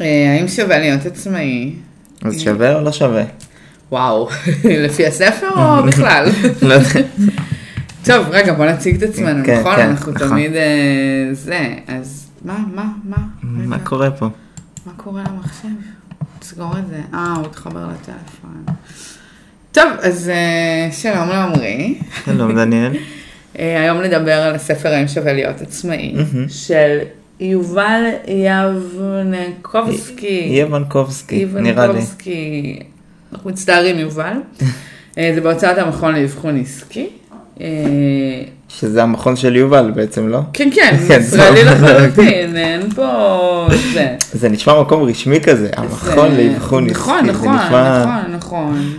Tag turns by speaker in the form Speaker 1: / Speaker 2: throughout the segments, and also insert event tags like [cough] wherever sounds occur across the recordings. Speaker 1: אה, האם שווה להיות עצמאי?
Speaker 2: אז שווה או לא שווה?
Speaker 1: וואו, [laughs] לפי הספר
Speaker 2: [laughs]
Speaker 1: או בכלל?
Speaker 2: לא יודע.
Speaker 1: טוב, רגע, בוא נציג את עצמנו,
Speaker 2: כן,
Speaker 1: נכון?
Speaker 2: כן,
Speaker 1: אנחנו
Speaker 2: נכון.
Speaker 1: תמיד אה, זה, אז מה, מה, מה?
Speaker 2: מה
Speaker 1: רגע,
Speaker 2: קורה פה?
Speaker 1: מה קורה למחשב? תסגור את זה. אה, הוא התחבר לטלפון. טוב, אז אה, שלום לעמרי.
Speaker 2: שלום לא, דניאל.
Speaker 1: אה, היום נדבר על הספר האם שווה להיות עצמאי,
Speaker 2: מהמם.
Speaker 1: של יובל יבנקובסקי.
Speaker 2: יבנקובסקי, כן, נראה לי.
Speaker 1: יבנקובסקי. אנחנו מצטערים, יובל. אה, זה בהוצאת המכון לאבחון עסקי. אה,
Speaker 2: שזה המכון של יובל בעצם, לא?
Speaker 1: כן, כן,
Speaker 2: כן,
Speaker 1: ישראלי
Speaker 2: טוב.
Speaker 1: לחלוטין, אין פה... זה.
Speaker 2: זה נשמע מקום רשמי כזה, המכון
Speaker 1: זה-
Speaker 2: לאבחון עסקי.
Speaker 1: נכון,
Speaker 2: זה
Speaker 1: נכון,
Speaker 2: נשמע
Speaker 1: נכון, נכון.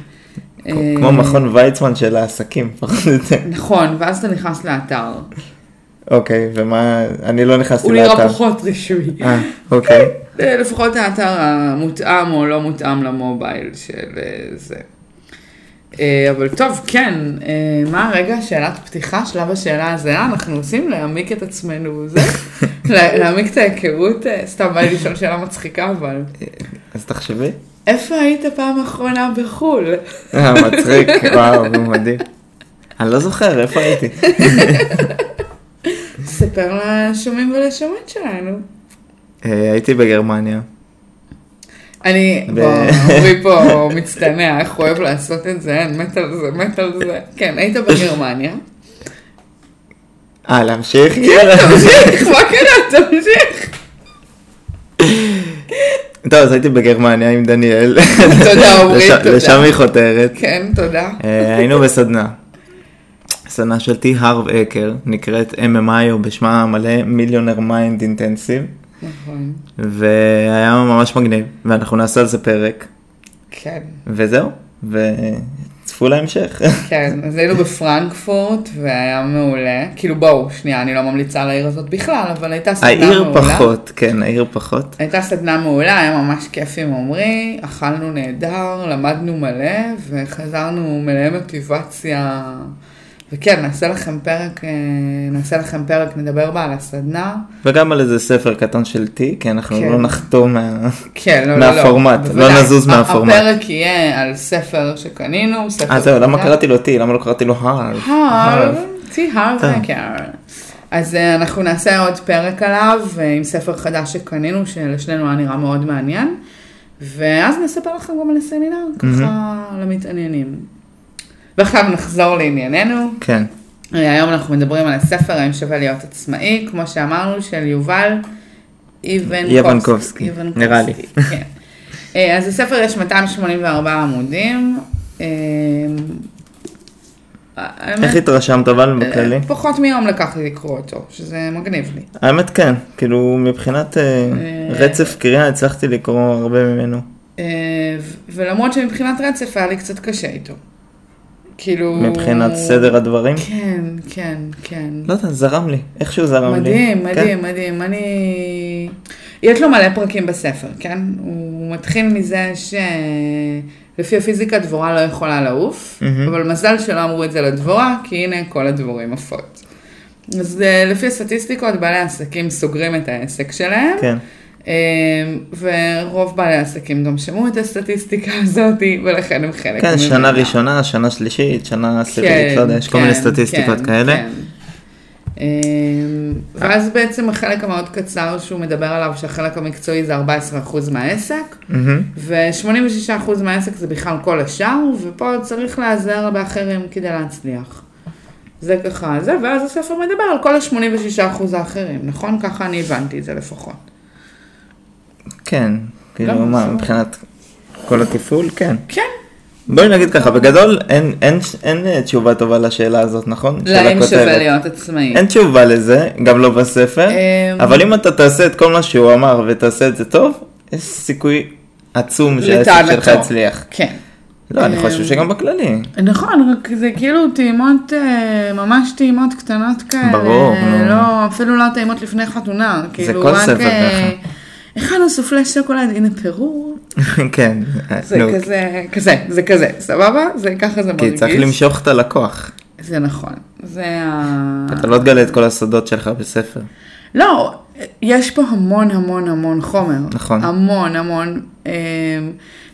Speaker 1: אה,
Speaker 2: כמו מכון ויצמן של העסקים, פחות או יותר.
Speaker 1: נכון, ואז אתה נכנס לאתר.
Speaker 2: אוקיי, ומה, אני לא נכנסתי
Speaker 1: הוא נראה
Speaker 2: לאתר.
Speaker 1: פחות רישוי.
Speaker 2: אה, אוקיי.
Speaker 1: אה, לפחות האתר המותאם או לא מותאם למובייל של אה, זה. אה, אבל טוב, כן, אה, מה הרגע, שאלת פתיחה, שלב השאלה הזהה, אנחנו עושים להעמיק את עצמנו, זה, לה- להעמיק את ההיכרות, אה, סתם בא לי לשאול שאלה מצחיקה, אבל
Speaker 2: אז תחשבי.
Speaker 1: איפה היית פעם האחרונה בחו"ל?
Speaker 2: אה, מצחיק, וואו, מדהים. אני לא זוכר, איפה הייתי?
Speaker 1: ספר לשומעים ולשומעות שלנו.
Speaker 2: אה, הייתי בגרמניה.
Speaker 1: אני,
Speaker 2: ב-
Speaker 1: בוא, אורי פה מצטנע, איך הוא אוהב לעשות את זה, אני מת על זה, מת על זה. כן, היית בגרמניה. [laughs]
Speaker 2: אה, להמשיך?
Speaker 1: תמשיך, מה קרה? תמשיך.
Speaker 2: טוב, אז הייתי בגרמניה עם דניאל.
Speaker 1: תודה, עמרי,
Speaker 2: לש-
Speaker 1: תודה.
Speaker 2: לשם היא חותרת.
Speaker 1: כן, תודה.
Speaker 2: אה, היינו בסדנה. סדנה של טי הרב אקר, נקראת MMI, או בשמה המלא מיליונר מיינד אינטנסיב,
Speaker 1: נכון,
Speaker 2: והיה ממש מגניב, ואנחנו נעשה על זה פרק,
Speaker 1: כן,
Speaker 2: וזהו, וצפו להמשך.
Speaker 1: כן. אז היינו בפרנקפורט, והיה מעולה. כאילו, בואו, שנייה, אני לא ממליצה על העיר הזאת בכלל, אבל הייתה סדנה מעולה.
Speaker 2: העיר פחות, כן, העיר פחות.
Speaker 1: הייתה סדנה מעולה, היה ממש כיף עם עמרי, אכלנו נהדר, למדנו מלא, וחזרנו מלאי מוטיבציה. וכן, נעשה לכם פרק, אה, נעשה לכם פרק, נדבר בה על הסדנה.
Speaker 2: וגם על איזה ספר קטן של טי, כי אנחנו
Speaker 1: כן.
Speaker 2: לא נחתום מה...
Speaker 1: כן, לא, לא, לא.
Speaker 2: מהפורמט, לא
Speaker 1: בוודאי.
Speaker 2: נזוז
Speaker 1: ה-
Speaker 2: מהפורמט.
Speaker 1: הפרק יהיה על ספר שקנינו, ספר...
Speaker 2: אה זהו, למה
Speaker 1: חדש.
Speaker 2: קראתי לו טי? למה לא קראתי לו הרב?
Speaker 1: הרב, טי הרב
Speaker 2: אה.
Speaker 1: הקר. אז אה, אנחנו נעשה עוד פרק עליו אה, עם ספר חדש שקנינו, שלשנינו היה נראה מאוד מעניין, ואז נספר לכם גם על הסמינר, ככה למתעניינים. ועכשיו נחזור לענייננו.
Speaker 2: כן,
Speaker 1: אה, היום אנחנו מדברים על הספר, האם שווה להיות עצמאי, כמו שאמרנו, של יובל איבנקובסקי.
Speaker 2: יבנקובסקי, נראה לי.
Speaker 1: כן. אה, אז הספר יש 284 עמודים. אה, האמת-
Speaker 2: איך התרשמת אבל בכללי?
Speaker 1: אה, פחות מיום לקח לי לקרוא אותו, שזה מגניב לי.
Speaker 2: האמת כן, כאילו מבחינת אה,
Speaker 1: אה,
Speaker 2: רצף קריאה הצלחתי לקרוא הרבה ממנו.
Speaker 1: אה, ו- ולמרות שמבחינת רצף היה לי קצת קשה איתו. כאילו...
Speaker 2: מבחינת סדר הדברים.
Speaker 1: כן, כן, כן.
Speaker 2: לא יודע, זרם לי, איכשהו זרם לי.
Speaker 1: מדהים,
Speaker 2: כן.
Speaker 1: מדהים, מדהים. אני... יש לו מלא פרקים בספר, כן? הוא מתחיל מזה שלפי הפיזיקה דבורה לא יכולה לעוף,
Speaker 2: מהמם.
Speaker 1: אבל מזל שלא אמרו את זה לדבורה, כי הנה כל הדבורים עפות. אז אה, לפי הסטטיסטיקות, בעלי העסקים סוגרים את העסק שלהם,
Speaker 2: כן,
Speaker 1: אמ, ורוב בעלי העסקים גם שמעו את הסטטיסטיקה [laughs] הזאת, ולכן הם חלק
Speaker 2: כן, שנה
Speaker 1: ממנה.
Speaker 2: ראשונה, שנה שלישית, שנה
Speaker 1: כן,
Speaker 2: עשירית, לא יודע, יש כל
Speaker 1: כן,
Speaker 2: מיני סטטיסטיקות
Speaker 1: כן,
Speaker 2: כאלה.
Speaker 1: כן. אמ, ואז בעצם החלק המאוד קצר שהוא מדבר עליו, שהחלק המקצועי זה 14% מהעסק,
Speaker 2: מהמם.
Speaker 1: ו-86% מהעסק זה בכלל כל השאר, ופה צריך להיעזר באחרים כדי להצליח. זה ככה זה, ואז הספר מדבר על כל ה-86% האחרים, נכון? ככה אני הבנתי את זה לפחות.
Speaker 2: כן, כאילו
Speaker 1: לא,
Speaker 2: מה,
Speaker 1: בסדר.
Speaker 2: מבחינת כל התפעול, כן.
Speaker 1: כן.
Speaker 2: בואי נגיד ככה, בגדול אין- אין- אין אה, תשובה טובה לשאלה הזאת,
Speaker 1: לא,
Speaker 2: נכון? שאלה
Speaker 1: להם שווה
Speaker 2: כותרת.
Speaker 1: להיות עצמאי.
Speaker 2: אין תשובה לזה, גם לא בספר,
Speaker 1: אמ,
Speaker 2: אבל אם אתה תעשה את כל מה שהוא אמר ותעשה את זה טוב, יש סיכוי עצום שהעסק
Speaker 1: לטענתו.
Speaker 2: שלך יצליח.
Speaker 1: כן.
Speaker 2: לא, אני
Speaker 1: אמ,
Speaker 2: חושב שגם בכללי.
Speaker 1: נכון, רק זה כאילו טעימות, אה, ממש טעימות קטנות כאלה.
Speaker 2: ברור, נו.
Speaker 1: לא, אפילו לא טעימות לפני חתונה. כאילו,
Speaker 2: כל
Speaker 1: רק,
Speaker 2: ספר
Speaker 1: אה, הכנו סופלי שוקולד, הנה פירור.
Speaker 2: [laughs] כן,
Speaker 1: זה
Speaker 2: נו,
Speaker 1: כזה, כזה, זה כזה, סבבה? זה ככה זה
Speaker 2: כי
Speaker 1: מרגיש.
Speaker 2: צריך למשוך את הלקוח. לא
Speaker 1: זה נכון. זה ה...
Speaker 2: אתה לא תגלה את כל הסודות שלך בספר.
Speaker 1: לא, יש פה המון המון המון חומר.
Speaker 2: נכון.
Speaker 1: המון המון, אמ,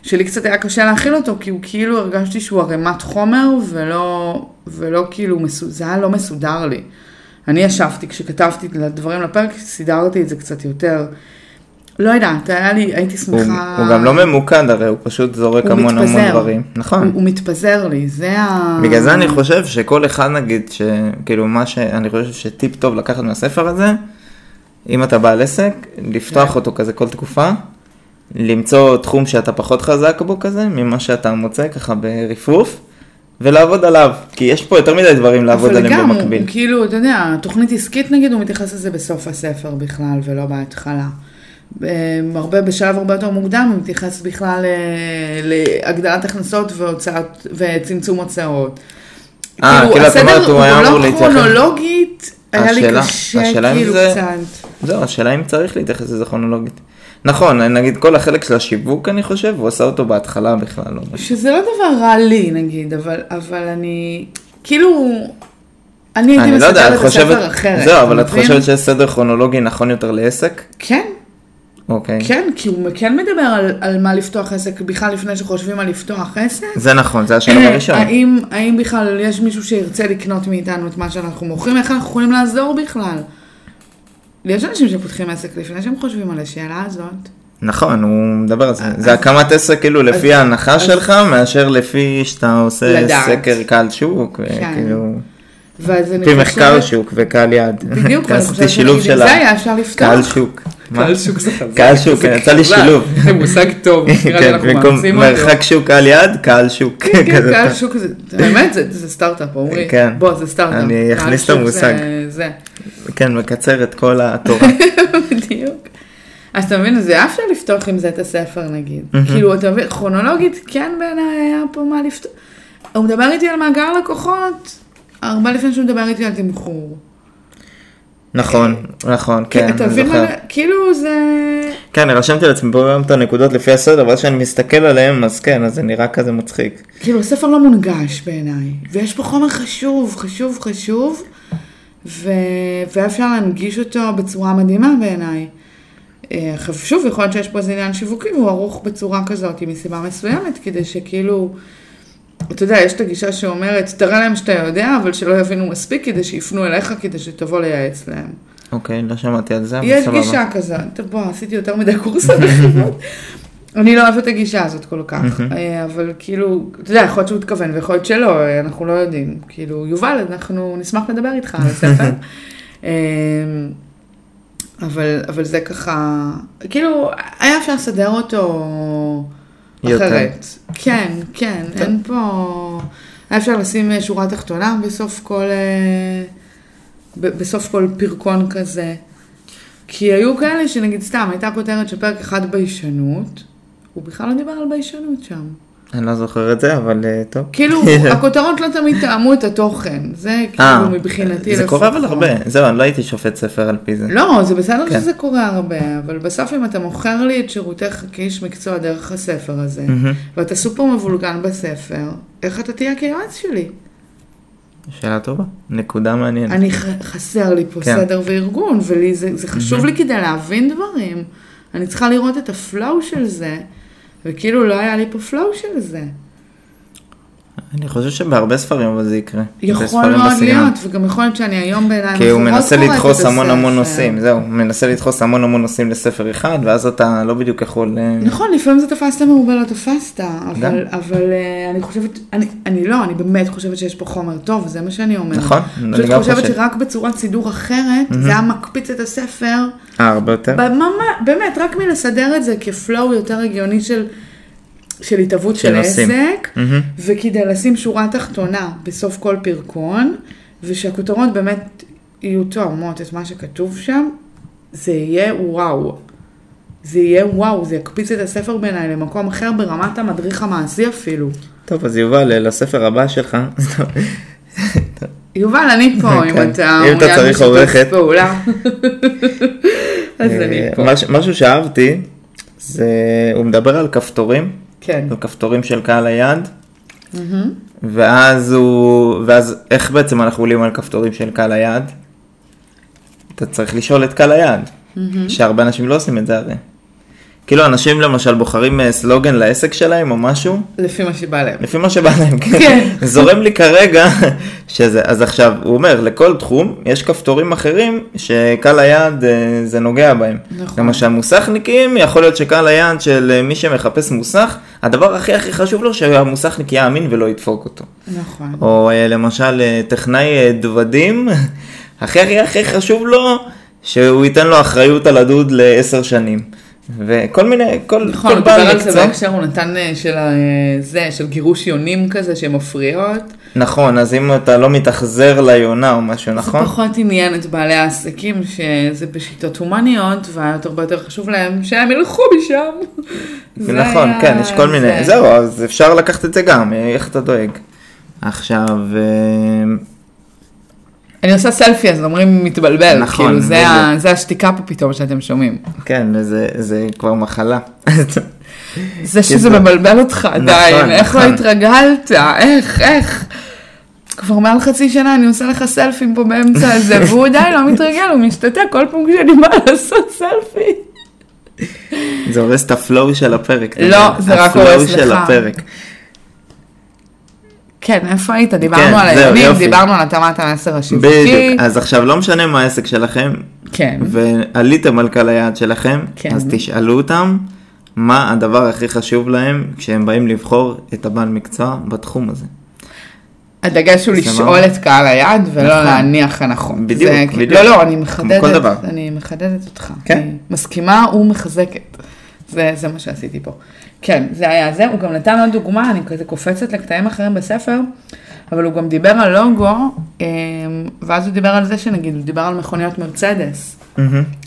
Speaker 1: שלי קצת היה קשה להכיל אותו, כי הוא כאילו הרגשתי שהוא ערימת חומר, ולא, ולא כאילו, מסו- זה היה לא מסודר לי. אני ישבתי, כשכתבתי את הדברים לפרק, סידרתי את זה קצת יותר. לא יודעת, היה לי, הייתי
Speaker 2: הוא,
Speaker 1: שמחה...
Speaker 2: הוא גם לא ממוקד הרי, הוא פשוט זורק
Speaker 1: הוא
Speaker 2: המון המון
Speaker 1: מתפזר.
Speaker 2: דברים. נכון.
Speaker 1: הוא, הוא מתפזר לי, זה ה...
Speaker 2: בגלל זה אני חושב שכל אחד נגיד, שכאילו מה שאני חושב שטיפ טוב לקחת מהספר הזה, אם אתה בעל עסק,
Speaker 1: כן.
Speaker 2: לפתוח אותו כזה כל תקופה, למצוא תחום שאתה פחות חזק בו כזה, ממה שאתה מוצא ככה ברפרוף, ולעבוד עליו, כי יש פה יותר מדי דברים לעבוד
Speaker 1: אבל
Speaker 2: עליהם
Speaker 1: גם הוא-
Speaker 2: במקביל.
Speaker 1: הוא כאילו, אתה יודע, תוכנית עסקית נגיד, הוא מתייחס לזה בסוף הספר בכלל, ולא בהתחלה. אה, הרבה, בשלב הרבה יותר מוקדם, הוא מתייחס בכלל אה, להגדלת הכנסות והוצאת, וצמצום הוצאות.
Speaker 2: אה, כאילו, את
Speaker 1: הסדר
Speaker 2: אומרת, הוא היה אמור
Speaker 1: הוא גם לא
Speaker 2: להתייחס.
Speaker 1: כרונולוגית, היה לי
Speaker 2: השאלה-
Speaker 1: קשה,
Speaker 2: השאלה אם
Speaker 1: כאילו,
Speaker 2: זה-
Speaker 1: קצת.
Speaker 2: זהו, השאלה אם צריך להתייחס לזה כרונולוגית. נכון, נגיד כל החלק של השיווק אני חושב, הוא עשה אותו בהתחלה בכלל. לא משהו.
Speaker 1: שזה לא דבר רע לי, נגיד, אבל, אבל אני, כאילו, אני הייתי
Speaker 2: אני לא
Speaker 1: מסתכלת
Speaker 2: יודע,
Speaker 1: על
Speaker 2: את חושבת,
Speaker 1: הספר אחרת.
Speaker 2: זהו,
Speaker 1: אתה
Speaker 2: אבל את
Speaker 1: מבין?
Speaker 2: חושבת שיש סדר כרונולוגי נכון יותר לעסק?
Speaker 1: כן.
Speaker 2: אוקיי.
Speaker 1: כן, כי הוא כן מדבר על, על מה לפתוח עסק בכלל לפני שחושבים על לפתוח עסק. אה,
Speaker 2: זה נכון, זה השלב הראשון.
Speaker 1: האם, האם בכלל יש מישהו שירצה לקנות מאיתנו את מה שאנחנו מוכרים? איך אנחנו יכולים לעזור בכלל? יש אנשים שפותחים עסק לפני שהם חושבים על השאלה הזאת.
Speaker 2: נכון, הוא מדבר על
Speaker 1: אה,
Speaker 2: זה. זה הקמת עסק כאילו לפי ההנחה שלך, מאשר לפי שאתה עושה
Speaker 1: לדעת.
Speaker 2: סקר קהל שוק, וכאילו,
Speaker 1: ואז אני
Speaker 2: לפי
Speaker 1: חושבת...
Speaker 2: מחקר שוק וקהל יד.
Speaker 1: בדיוק,
Speaker 2: כי
Speaker 1: ואני
Speaker 2: עשיתי
Speaker 1: חושבת
Speaker 2: שילוב
Speaker 1: שנגיד,
Speaker 2: של
Speaker 1: אם זה
Speaker 2: ה-
Speaker 1: היה אפשר לפתוח.
Speaker 2: קהל שוק. מה?
Speaker 1: שוק זה חזק.
Speaker 2: קהל שוק, כן,
Speaker 1: זה
Speaker 2: יצא לי
Speaker 1: חזק.
Speaker 2: שילוב.
Speaker 1: [laughs] זה מושג טוב, [laughs] נראה לי
Speaker 2: כן,
Speaker 1: אנחנו
Speaker 2: במקום
Speaker 1: מאמצים אותו.
Speaker 2: מרחק שוק קהל יד, קהל שוק.
Speaker 1: כן, כן,
Speaker 2: כזה
Speaker 1: קהל
Speaker 2: אתה-
Speaker 1: שוק זה, האמת זה- זה סטארט-אפ, עמרי.
Speaker 2: כן.
Speaker 1: בוא, זה סטארט-אפ.
Speaker 2: אני
Speaker 1: קהל
Speaker 2: אכניס את
Speaker 1: שוק זה-
Speaker 2: המושג.
Speaker 1: זה.
Speaker 2: כן, מקצר את כל
Speaker 1: [laughs]
Speaker 2: התורה.
Speaker 1: בדיוק. אז אתה מבין, אז היה אפשר לפתוח עם זה את הספר נגיד. כאילו, אתה מבין, כרונולוגית, כן בעיניי היה פה מה לפתוח. הוא מדבר איתי על מאגר לקוחות, הרבה לפני שהוא מדבר איתי על תמחור.
Speaker 2: נכון, נכון, כן,
Speaker 1: אתה
Speaker 2: אני
Speaker 1: מבין
Speaker 2: זוכר.
Speaker 1: מה, זה? כאילו זה...
Speaker 2: כן, אני רשמתי לעצמי פה גם את הנקודות לפי הסדר, ואז כשאני מסתכל עליהם, אז כן, אז זה נראה כזה מצחיק.
Speaker 1: כאילו, הספר לא מונגש בעיניי, ויש פה חומר חשוב, חשוב, חשוב, ו... והיה אפשר להנגיש אותו בצורה מדהימה בעיניי. אה, עכשיו, שוב, יכול להיות שיש פה איזה עניין שיווקי, והוא ערוך בצורה כזאת, מסיבה מסוימת, כדי שכאילו, אתה יודע, יש את הגישה שאומרת, תראה להם שאתה יודע, אבל שלא יבינו מספיק, כדי שיפנו אליך, כדי שתבוא לייעץ להם.
Speaker 2: אוקיי, לא שמעתי על זה, אבל
Speaker 1: יש
Speaker 2: סבבה.
Speaker 1: גישה כזאת, טוב, בוא, עשיתי יותר מדי קורס על החברות. [laughs] אני לא אוהבת את הגישה הזאת כל כך, אה, אבל כאילו, אתה יודע, יכול להיות שהוא התכוון ויכול להיות שלא, אה, אנחנו לא יודעים. כאילו, יובל, אנחנו נשמח לדבר איתך על הספר. אה, אבל, אבל זה ככה, כאילו, היה אפשר לסדר אותו
Speaker 2: יותר.
Speaker 1: אחרת. כן, כן, אין פה... היה אפשר לשים אה, שורה תחתונה בסוף כל... אה, ב- בסוף כל פרקון כזה. כי היו כאלה שנגיד סתם, הייתה כותרת של פרק אחד ביישנות, הוא בכלל לא דיבר על ביישנות שם.
Speaker 2: אני לא זוכר את זה, אבל אה, טוב. [laughs]
Speaker 1: כאילו, הכותרות לא תמיד טעמו את התוכן, זה
Speaker 2: אה,
Speaker 1: כאילו מבחינתי
Speaker 2: זה קורה אבל הרבה. זהו, אני לא הייתי שופט ספר על פי זה.
Speaker 1: לא, זה בסדר
Speaker 2: כן.
Speaker 1: שזה קורה הרבה, אבל בסוף אם אתה מוכר לי את שירותיך כאיש מקצוע דרך הספר הזה,
Speaker 2: מהמם.
Speaker 1: ואתה סופר מבולגן בספר, איך אתה תהיה כיועץ שלי?
Speaker 2: שאלה טובה, נקודה מעניינת.
Speaker 1: אני ח- חסר לי פה
Speaker 2: כן.
Speaker 1: סדר וארגון, ולי זה, זה חשוב לי כדי להבין דברים. אני צריכה לראות את הפלואו של זה, וכאילו לא היה לי פה פלואו של זה.
Speaker 2: אני חושב שבהרבה ספרים אבל זה יקרה.
Speaker 1: יכול
Speaker 2: בספרים
Speaker 1: מאוד
Speaker 2: בסגנון.
Speaker 1: להיות, וגם יכול להיות שאני היום בעיניים
Speaker 2: כי הוא
Speaker 1: אחרות
Speaker 2: מנסה
Speaker 1: קוראת את
Speaker 2: לדחוס המון המון
Speaker 1: הספר.
Speaker 2: נושאים, זהו, הוא מנסה לדחוס המון המון נושאים לספר אחד, ואז אתה לא בדיוק יכול... אה,
Speaker 1: נכון, לפעמים זה תפסת מרובה לא תפסת,
Speaker 2: גם.
Speaker 1: אבל, אבל אה, אני חושבת, אני, אני לא, אני באמת חושבת שיש פה חומר טוב, זה מה שאני אומרת.
Speaker 2: נכון,
Speaker 1: אני
Speaker 2: אני
Speaker 1: פשוט
Speaker 2: גם
Speaker 1: חושבת
Speaker 2: חושב.
Speaker 1: שרק בצורת סידור אחרת, זה היה מקפיץ את הספר
Speaker 2: אה, הרבה יותר?
Speaker 1: בממה, באמת, רק מלסדר את זה כפלואו יותר הגיוני של, של התהוות
Speaker 2: של
Speaker 1: של
Speaker 2: נושאים.
Speaker 1: עסק,
Speaker 2: מהמם.
Speaker 1: וכדי לשים שורה תחתונה בסוף כל פרקון, ושהכותרות באמת יהיו תואמות את מה שכתוב שם, זה יהיה וואו. זה יהיה וואו, זה יקפיץ את הספר בעיניי למקום אחר ברמת המדריך המעשי אפילו.
Speaker 2: טוב, אז יובל, לספר הבא שלך.
Speaker 1: יובל, אני פה,
Speaker 2: [laughs] כן.
Speaker 1: אם אתה
Speaker 2: אם אתה
Speaker 1: מעוניין
Speaker 2: צריך עורכת. [laughs]
Speaker 1: פעולה. [laughs] אז אני
Speaker 2: אה,
Speaker 1: פה.
Speaker 2: מש- משהו שאהבתי, זה, הוא מדבר על כפתורים,
Speaker 1: כן.
Speaker 2: על כפתורים של קהל היד,
Speaker 1: Mm-hmm.
Speaker 2: ואז הוא, ואז איך בעצם אנחנו עולים על כפתורים של קהל היד? אתה צריך לשאול את קהל היד.
Speaker 1: Mm-hmm.
Speaker 2: שהרבה אנשים לא עושים את זה הרי. כאילו אנשים למשל בוחרים אה, סלוגן לעסק שלהם או משהו,
Speaker 1: לפי מה שבא להם.
Speaker 2: לפי מה שבא להם,
Speaker 1: כן.
Speaker 2: כן. [laughs] זורם לי כרגע שזה, אז עכשיו, הוא אומר, לכל תחום יש כפתורים אחרים שקהל היעד אה, זה נוגע בהם.
Speaker 1: נכון.
Speaker 2: למשל מוסכניקים, יכול להיות שקהל היעד של אה, מי שמחפש מוסך, הדבר הכי הכי חשוב לו שהמוסכניק יאמין ולא ידפוק אותו.
Speaker 1: נכון.
Speaker 2: או אה, למשל אה, טכנאי אה, דוודים, [laughs] הכי הכי הכי חשוב לו שהוא ייתן לו אחריות על הדוד לעשר שנים. וכל מיני, כל,
Speaker 1: נכון, הוא
Speaker 2: כל
Speaker 1: דיבר
Speaker 2: בעל
Speaker 1: על זה
Speaker 2: מקצוע.
Speaker 1: בהקשר, הוא נתן אה, של ה- זה, של גירוש יונים כזה שמפריעות.
Speaker 2: נכון, אז אם אתה לא מתאכזר ליונה או משהו, נכון?
Speaker 1: זה פחות עניין את בעלי העסקים, שזה בשיטות הומניות, והיה הרבה יותר חשוב להם שהם ילכו משם.
Speaker 2: [laughs]
Speaker 1: זה
Speaker 2: נכון,
Speaker 1: היה-
Speaker 2: כן, יש כל מיני,
Speaker 1: זה-
Speaker 2: זהו, אז אפשר לקחת את זה גם, אה, איך אתה דואג. עכשיו, אה,
Speaker 1: אני עושה סלפי, אז אומרים מתבלבל.
Speaker 2: נכון,
Speaker 1: נכון.
Speaker 2: בדיוק.
Speaker 1: זה השתיקה פה פתאום שאתם שומעים.
Speaker 2: כן, זה- זה כבר [laughs] מחלה.
Speaker 1: זה שזה מבלבל אותך עדיין, איך לא
Speaker 2: כן, נכון.
Speaker 1: התרגלת, איך, איך. כבר מעל חצי שנה אני עושה לך סלפים פה באמצע
Speaker 2: [laughs]
Speaker 1: הזה, והוא עדיין לא מתרגל, הוא משתתק כל פעם כשאני באה [laughs] לעשות סלפי.
Speaker 2: זה הורס את הפלואו של הפרק. אתה
Speaker 1: לא,
Speaker 2: יודע,
Speaker 1: זה רק
Speaker 2: הפלואו
Speaker 1: הורס
Speaker 2: של
Speaker 1: לך.
Speaker 2: הפרק.
Speaker 1: כן, איפה היית? דיברנו
Speaker 2: כן,
Speaker 1: על
Speaker 2: זהו,
Speaker 1: הימים,
Speaker 2: יופי.
Speaker 1: דיברנו על התאמת המסר השיווקי.
Speaker 2: בדיוק, אז עכשיו לא משנה מה העסק שלכם,
Speaker 1: כן,
Speaker 2: ועליתם על קהל היעד שלכם,
Speaker 1: כן.
Speaker 2: אז תשאלו אותם מה הדבר הכי חשוב להם כשהם באים לבחור את הבעל מקצוע בתחום הזה.
Speaker 1: הדגש הוא
Speaker 2: סבבה.
Speaker 1: לשאול את קהל היעד ולא
Speaker 2: נכון.
Speaker 1: להניח הנכון.
Speaker 2: בדיוק,
Speaker 1: זה כאילו-
Speaker 2: בדיוק.
Speaker 1: לא, לא, אני
Speaker 2: כמו
Speaker 1: מחדדת,
Speaker 2: כל דבר.
Speaker 1: אני מחדדת אותך.
Speaker 2: כן.
Speaker 1: אני מסכימה ומחזקת. זה, זה מה שעשיתי פה. כן, זה היה זה, הוא גם נתן עוד דוגמה, אני כזה קופצת לקטעים אחרים בספר, אבל הוא גם דיבר על לוגו, אמ, ואז הוא דיבר על זה שנגיד, הוא דיבר על מכוניות מרצדס.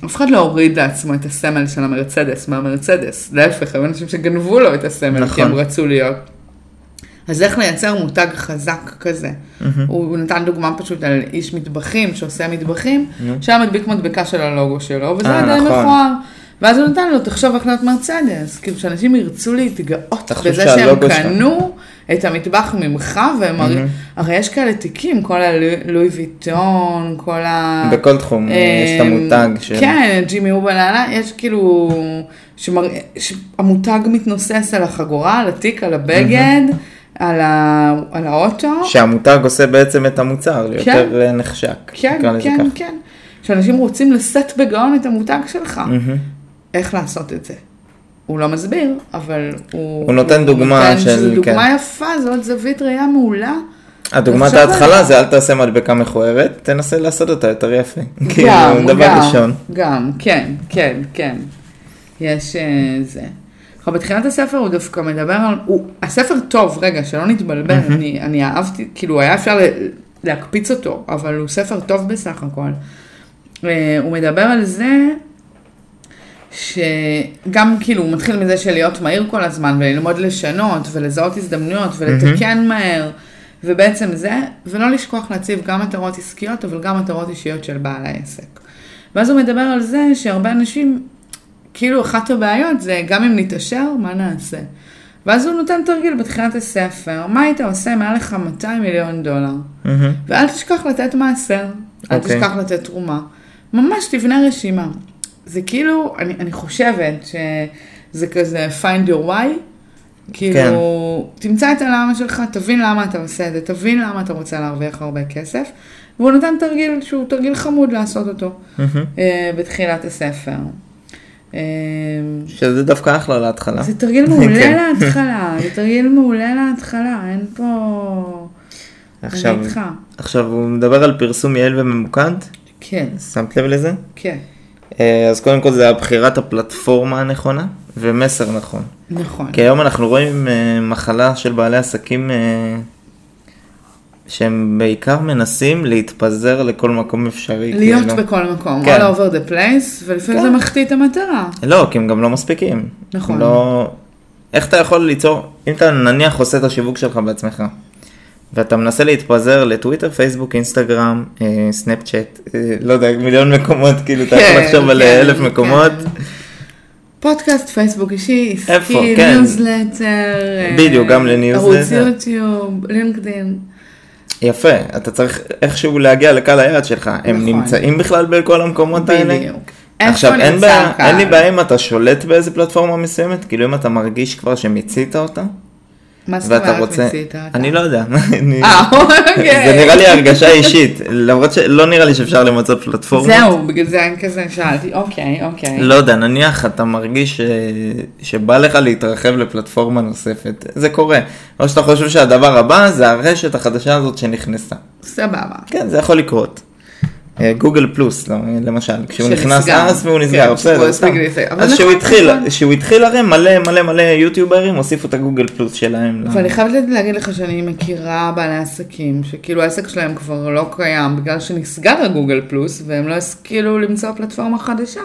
Speaker 1: אף אחד לא הוריד לעצמו את הסמל של המרצדס מהמרצדס, להפך, היו אנשים שגנבו לו את הסמל, כי הם
Speaker 2: נכון.
Speaker 1: רצו להיות. אז איך לייצר מותג חזק כזה? הוא הוא נתן דוגמה פשוט על איש מטבחים שעושה מטבחים, שהיה מדביק מדבקה של הלוגו שלו, וזה
Speaker 2: אה,
Speaker 1: היה די
Speaker 2: נכון.
Speaker 1: מכוער. ואז הוא נתן לו, תחשוב איך להיות מרצדס, כאילו שאנשים ירצו להתגאות
Speaker 2: תחשוב
Speaker 1: בזה שהם
Speaker 2: שהלוגו שלך.
Speaker 1: קנו את המטבח ממך, והם הרי, הרי יש כאלה תיקים, כל הלואי ויטון, כל ה...
Speaker 2: בכל תחום אה, יש את
Speaker 1: אמ,
Speaker 2: המותג של...
Speaker 1: כן, ג'ימי ובננה, יש כאילו, שמראה- שהמותג מתנוסס על החגורה, על התיק, על הבגד, על ה- על האוטו.
Speaker 2: שהמותג עושה בעצם את המוצר ליותר אה, נחשק.
Speaker 1: כן,
Speaker 2: נקרא לזה
Speaker 1: כן,
Speaker 2: ככה.
Speaker 1: כן. שאנשים רוצים לשאת בגאון את המותג שלך.
Speaker 2: מהמם.
Speaker 1: איך לעשות את זה? הוא לא מסביר, אבל הוא...
Speaker 2: הוא נותן דוגמה
Speaker 1: נותן
Speaker 2: של- כן.
Speaker 1: שזו דוגמה יפה, זו עוד זווית ראייה מעולה.
Speaker 2: הדוגמת
Speaker 1: עכשיו
Speaker 2: ההתחלה
Speaker 1: אני-
Speaker 2: זה אל תעשה מדבקה מכוערת, תנסה לעשות אותה יותר יפה.
Speaker 1: גם,
Speaker 2: [laughs] כאילו, דבר
Speaker 1: גם,
Speaker 2: ראשון.
Speaker 1: גם, כן, כן, כן. יש אה, זה. עכשיו, בתחילת הספר הוא דווקא מדבר על... הוא, הספר טוב, רגע, שלא נתבלבל, אני, אני אהבתי, כאילו, היה אפשר ל- להקפיץ אותו, אבל הוא ספר טוב בסך הכל. אה, הוא מדבר על זה שגם כאילו הוא מתחיל מזה של להיות מהיר כל הזמן וללמוד לשנות ולזהות הזדמנויות ולתקן מהר ובעצם זה ולא לשכוח להציב גם מטרות עסקיות אבל גם מטרות אישיות של בעל העסק. ואז הוא מדבר על זה שהרבה אנשים כאילו אחת הבעיות זה גם אם נתעשר מה נעשה. ואז הוא נותן תרגיל בתחילת הספר מה היית עושה אם היה לך 200 מיליון דולר.
Speaker 2: מהמם.
Speaker 1: ואל תשכח לתת מעשר, אל okay.
Speaker 2: אוקיי.
Speaker 1: תשכח לתת תרומה. ממש תבנה רשימה. זה כאילו, אני, אני חושבת שזה כזה find your why, כאילו, כן. תמצא את הלמה שלך, תבין למה אתה עושה את זה, תבין למה אתה רוצה להרוויח הרבה כסף, והוא נתן תרגיל שהוא תרגיל חמוד לעשות אותו
Speaker 2: מהמם.
Speaker 1: אה, בתחילת הספר. אה,
Speaker 2: שזה דווקא אחלה להתחלה.
Speaker 1: זה תרגיל מעולה
Speaker 2: כן. [laughs]
Speaker 1: להתחלה, זה תרגיל מעולה להתחלה, אין פה...
Speaker 2: עכשיו-
Speaker 1: אני איתך.
Speaker 2: עכשיו הוא מדבר על פרסום יעיל וממוקד,
Speaker 1: כן,
Speaker 2: שמת לב לזה?
Speaker 1: כן.
Speaker 2: אה, אז קודם כל זה הבחירת הפלטפורמה הנכונה ומסר נכון.
Speaker 1: נכון.
Speaker 2: כי היום אנחנו רואים אה, מחלה של בעלי עסקים אה, שהם בעיקר מנסים להתפזר לכל מקום אפשרי.
Speaker 1: להיות
Speaker 2: כאילו.
Speaker 1: בכל מקום,
Speaker 2: כן.
Speaker 1: all over the place, ולפעמים זה מחטיא את המטרה.
Speaker 2: לא, כי הם גם לא מספיקים.
Speaker 1: נכון.
Speaker 2: לא... איך אתה יכול ליצור, אם אתה נניח עושה את השיווק שלך בעצמך, ואתה מנסה להתפזר לטוויטר, פייסבוק, אינסטגרם, אה, סנאפ צ'אט, אה, לא יודע, מיליון מקומות, כאילו, אתה
Speaker 1: כן,
Speaker 2: יכול לחשוב על
Speaker 1: כן,
Speaker 2: אה, אלף
Speaker 1: כן.
Speaker 2: מקומות,
Speaker 1: פודקאסט, פייסבוק אישי,
Speaker 2: איפה?
Speaker 1: עסקי,
Speaker 2: כן.
Speaker 1: ניוזלטר,
Speaker 2: בדיוק,
Speaker 1: אה,
Speaker 2: גם
Speaker 1: ערוץ
Speaker 2: לניוזלטר.
Speaker 1: יוטיוב, לינקדאין.
Speaker 2: יפה, אתה צריך איכשהו להגיע לקהל היעד שלך, הם
Speaker 1: נכון.
Speaker 2: נמצאים בכלל בכל המקומות האלה?
Speaker 1: בדיוק. איפה
Speaker 2: עכשיו, אין,
Speaker 1: נמצא
Speaker 2: בעיה,
Speaker 1: הקהל?
Speaker 2: אין לי בעיה אם אתה שולט באיזה פלטפורמה מסוימת, כאילו אם אתה מרגיש כבר שמיצית אותה,
Speaker 1: מה זאת
Speaker 2: ואתה
Speaker 1: אומרת
Speaker 2: רוצה...
Speaker 1: מיצית אותה?
Speaker 2: אני לא יודע. [laughs] אני-
Speaker 1: אה, אוקיי.
Speaker 2: זה נראה לי
Speaker 1: [laughs]
Speaker 2: הרגשה אישית, למרות שלא נראה לי שאפשר למצות פלטפורמה.
Speaker 1: זהו, בגלל זה אני כזה שאלתי, אוקיי, אוקיי.
Speaker 2: לא יודע, נניח אתה מרגיש ש... שבא לך להתרחב לפלטפורמה נוספת, זה קורה. או שאתה חושב שהדבר הבא זה הרשת החדשה הזאת שנכנסה.
Speaker 1: סבבה.
Speaker 2: כן, זה יכול לקרות. אה, גוגל פלוס, לא, למשל, כשהוא
Speaker 1: שנסגר.
Speaker 2: נכנס אז והוא נסגר,
Speaker 1: כן,
Speaker 2: בסדר,
Speaker 1: שהוא
Speaker 2: סתם.
Speaker 1: הספיק להתאר. אבל
Speaker 2: אז כשהוא
Speaker 1: נכון,
Speaker 2: התחיל,
Speaker 1: נכון.
Speaker 2: כשהוא התחיל הרי מלא מלא מלא יוטיוברים הוסיפו את הגוגל פלוס שלהם. ל-
Speaker 1: אבל אני חייבת להגיד לך שאני מכירה בעלי עסקים, שכאילו העסק שלהם כבר לא קיים, בגלל שנסגר הגוגל פלוס, והם לא השכילו למצוא פלטפורמה חדשה.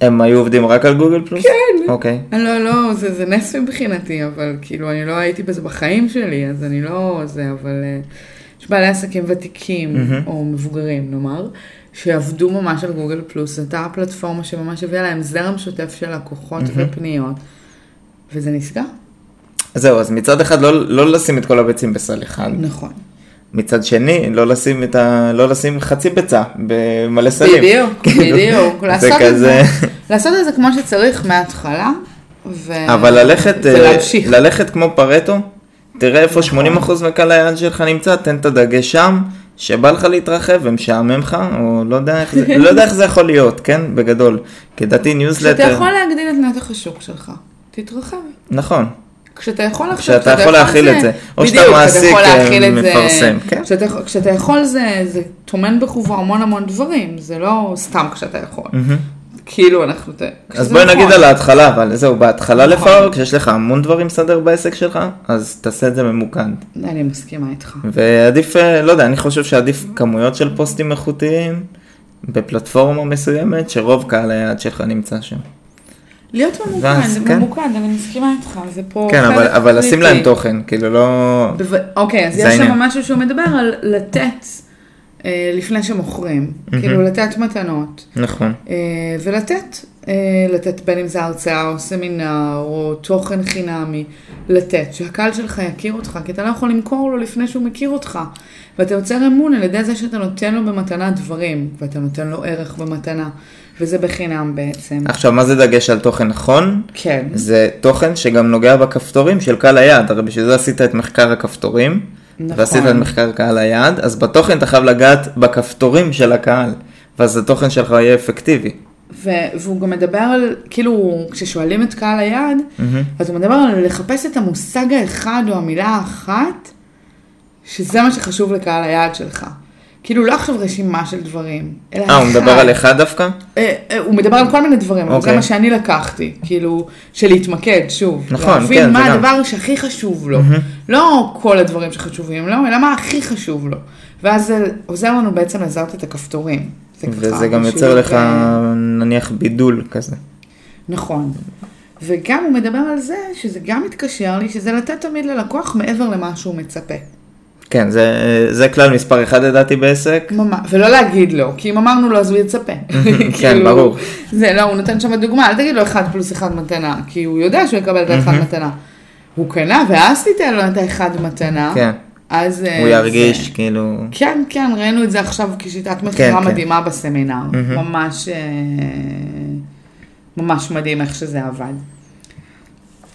Speaker 2: הם היו עובדים רק על גוגל פלוס?
Speaker 1: כן.
Speaker 2: אוקיי.
Speaker 1: אני לא, לא, זה, זה נס מבחינתי, אבל כאילו, אני לא הייתי בזה בחיים שלי, אז אני לא זה, אבל אה, יש בעלי עסקים ותיקים,
Speaker 2: מהמם.
Speaker 1: או מבוגרים, נאמר, שעבדו ממש על גוגל פלוס, זו הייתה הפלטפורמה שממש הביאה להם זרם שוטף של לקוחות ופניות, וזה נסגר.
Speaker 2: אז זהו, אז מצד אחד לא- לא לשים את כל הביצים בסל אחד.
Speaker 1: נכון.
Speaker 2: מצד שני, לא לשים את ה... לא לשים חצי ביצה במלא סלים.
Speaker 1: בדיוק,
Speaker 2: [laughs] כאילו,
Speaker 1: בדיוק.
Speaker 2: זה
Speaker 1: לעשות את
Speaker 2: כזה...
Speaker 1: זה- לעשות את זה כמו שצריך מההתחלה, ו...
Speaker 2: אבל ללכת, אה,
Speaker 1: ולהמשיך.
Speaker 2: ללכת כמו פרטו, תראה
Speaker 1: נכון.
Speaker 2: איפה 80% מקהל היעד שלך נמצא, תן את הדגש שם, שבא לך להתרחב ומשעמם לך, או לא יודע איך זה,
Speaker 1: [laughs]
Speaker 2: לא יודע איך זה יכול להיות, כן? בגדול. כי לדעתי
Speaker 1: כשאתה
Speaker 2: ניוזלטר,
Speaker 1: יכול להגדיל את נתח השוק שלך, תתרחב.
Speaker 2: נכון,
Speaker 1: כשאתה יכול עכשיו,
Speaker 2: כשאתה יכול להכיל את זה, או שאתה
Speaker 1: בדיוק, כשאתה
Speaker 2: מעסיק
Speaker 1: יכול
Speaker 2: אה,
Speaker 1: להכיל את זה.
Speaker 2: מפרסם, כן?
Speaker 1: כשאתה, יכול- כשאתה יכול זה, זה טומן בחובו המון המון דברים, זה לא סתם כשאתה יכול.
Speaker 2: מהמם.
Speaker 1: כאילו אנחנו, ת-
Speaker 2: אז
Speaker 1: כשזה
Speaker 2: בואי
Speaker 1: נכון.
Speaker 2: נגיד על ההתחלה, אבל זהו, בהתחלה
Speaker 1: נכון.
Speaker 2: לפחות, כשיש לך המון דברים לסדר בעסק שלך, אז תעשה את זה ממוקד.
Speaker 1: אני מסכימה איתך.
Speaker 2: ועדיף, אה, לא יודע, אני חושב שעדיף כמויות של פוסטים איכותיים בפלטפורמה מסוימת, שרוב קהל היעד שלך נמצא שם.
Speaker 1: להיות ממוקד,
Speaker 2: ואז, כן.
Speaker 1: ממוקד, אני מסכימה איתך, זה פה
Speaker 2: כן, אבל,
Speaker 1: חלק
Speaker 2: אבל לשים
Speaker 1: קריטי.
Speaker 2: להם תוכן, כאילו לא...
Speaker 1: בו- אוקיי, אז
Speaker 2: זה
Speaker 1: יש שם
Speaker 2: העניין.
Speaker 1: משהו שהוא מדבר על לתת אה, לפני שמוכרים, כאילו לתת מתנות.
Speaker 2: נכון.
Speaker 1: אה, ולתת, אה, לתת בין אם זה הרצאה או סמינר או תוכן חינמי, לתת, שהקהל שלך יכיר אותך, כי אתה לא יכול למכור לו לפני שהוא מכיר אותך. ואתה יוצר אמון על ידי זה שאתה נותן לו במתנה דברים, ואתה נותן לו ערך במתנה, וזה בחינם בעצם.
Speaker 2: עכשיו, מה זה דגש על תוכן נכון?
Speaker 1: כן,
Speaker 2: זה תוכן שגם נוגע בכפתורים של קהל היעד, הרי בשביל זה עשית את מחקר הכפתורים,
Speaker 1: נכון.
Speaker 2: ועשית את מחקר קהל היעד, אז בתוכן אתה חייב לגעת בכפתורים של הקהל, ואז התוכן שלך יהיה אפקטיבי.
Speaker 1: ו- והוא גם מדבר על, כאילו, כששואלים את קהל היעד, אז הוא מדבר על לחפש את המושג האחד או המילה האחת, שזה מה שחשוב לקהל היעד שלך. כאילו, לא עכשיו רשימה של דברים, אלא
Speaker 2: אה, הוא מדבר
Speaker 1: אחד.
Speaker 2: על אחד דווקא?
Speaker 1: אה, אה, הוא מדבר על כל מיני דברים, אבל זה
Speaker 2: אוקיי.
Speaker 1: מה שאני לקחתי, כאילו, של להתמקד, שוב. כאילו,
Speaker 2: נכון, כן,
Speaker 1: להבין
Speaker 2: זה
Speaker 1: מה
Speaker 2: גם.
Speaker 1: הדבר שהכי חשוב לו. לא כל הדברים שחשובים לו, אלא מה הכי חשוב לו. ואז זה עוזר לנו בעצם לזהות את הכפתורים. זה ככה
Speaker 2: וזה גם יוצר
Speaker 1: בשילוב,
Speaker 2: לך,
Speaker 1: אה,
Speaker 2: נניח, בידול כזה.
Speaker 1: נכון. וגם הוא מדבר על זה, שזה גם מתקשר לי, שזה לתת תמיד ללקוח מעבר למה שהוא מצפה.
Speaker 2: כן, זה, זה כלל מספר אחד לדעתי בעסק.
Speaker 1: ממש, ולא להגיד לו, כי אם אמרנו לו אז הוא
Speaker 2: [laughs]
Speaker 1: יצפה. כאילו,
Speaker 2: כן, ברור.
Speaker 1: זה לא, הוא נותן שם דוגמה, אל תגיד לו 1 פלוס 1 מתנה, כי הוא יודע שהוא יקבל את ה-1 מתנה. הוא קנה, ואז תיתן לו את ה-1 מתנה,
Speaker 2: כן,
Speaker 1: אז... אה,
Speaker 2: הוא ירגיש
Speaker 1: זה-
Speaker 2: כאילו...
Speaker 1: כן, כן, ראינו את זה עכשיו כשיטת
Speaker 2: כן,
Speaker 1: מכירה
Speaker 2: כן.
Speaker 1: מדהימה בסמינר.
Speaker 2: מהמם.
Speaker 1: ממש, אה, ממש מדהים איך שזה עבד.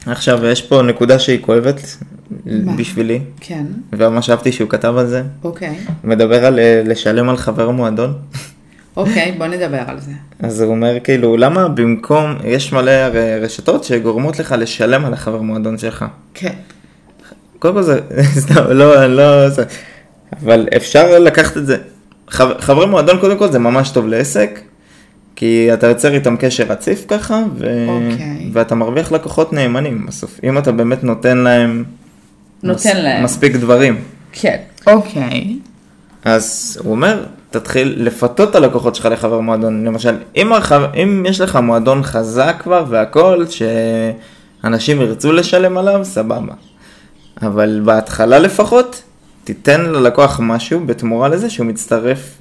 Speaker 2: עכשיו, יש פה נקודה שהיא כואבת
Speaker 1: מה?
Speaker 2: בשבילי,
Speaker 1: כן,
Speaker 2: וממש אהבתי שהוא כתב על זה.
Speaker 1: אוקיי.
Speaker 2: הוא מדבר על אה, לשלם על חבר מועדון.
Speaker 1: אוקיי, בוא נדבר על זה.
Speaker 2: אז הוא אומר כאילו, למה במקום, יש מלא הרי רשתות שגורמות לך לשלם על החבר מועדון שלך.
Speaker 1: כן.
Speaker 2: קודם כל זה, [laughs] סתם, לא, לא, זה, אבל אפשר לקחת את זה. חב- חברי מועדון קודם כל זה ממש טוב לעסק, כי אתה יוצר איתם קשר רציף ככה, ו...
Speaker 1: אוקיי.
Speaker 2: ואתה מרוויח לקוחות נאמנים בסוף, אם אתה באמת נותן להם,
Speaker 1: נותן להם.
Speaker 2: מספיק דברים.
Speaker 1: כן. אוקיי.
Speaker 2: אז הוא אומר, תתחיל לפתות את הלקוחות שלך לחבר מועדון. למשל, אם, הרחב, אם יש לך מועדון חזק כבר והכל, שאנשים ירצו לשלם עליו, סבבה. אבל בהתחלה לפחות, תיתן ללקוח משהו בתמורה לזה שהוא מצטרף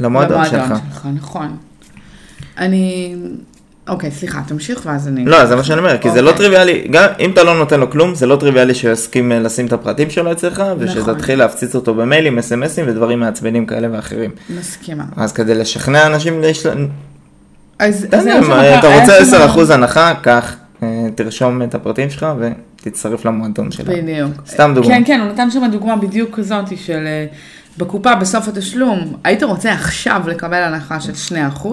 Speaker 2: למועדון שלך.
Speaker 1: שלך, נכון. אני... אוקיי, סליחה, תמשיך ואז אני...
Speaker 2: לא, זה מה שאני אומר, כי זה לא
Speaker 1: אוקיי.
Speaker 2: טריוויאלי, גם אם אתה לא נותן לו כלום, זה לא טריוויאלי שהוא יסכים אה, לשים את הפרטים שלו אצלך, ושתתחיל להפציץ אותו במיילים, אס.אם.אסים ודברים מעצבנים כאלה ואחרים.
Speaker 1: מסכימה.
Speaker 2: אז כדי לשכנע אנשים, להשל...
Speaker 1: אז
Speaker 2: תן
Speaker 1: זה
Speaker 2: להם,
Speaker 1: מה שנקרא,
Speaker 2: אתה
Speaker 1: היה שם-
Speaker 2: רוצה 10% הנחה, קח, אה, תרשום את הפרטים שלך ותצטרף למועדון שלהם.
Speaker 1: בדיוק.
Speaker 2: סתם דוגמה.
Speaker 1: כן, כן, הוא נתן שם דוגמה בדיוק כזאת של אה, בקופה בסוף התשלום, היית רוצה עכשיו לקבל הנחה של 2%?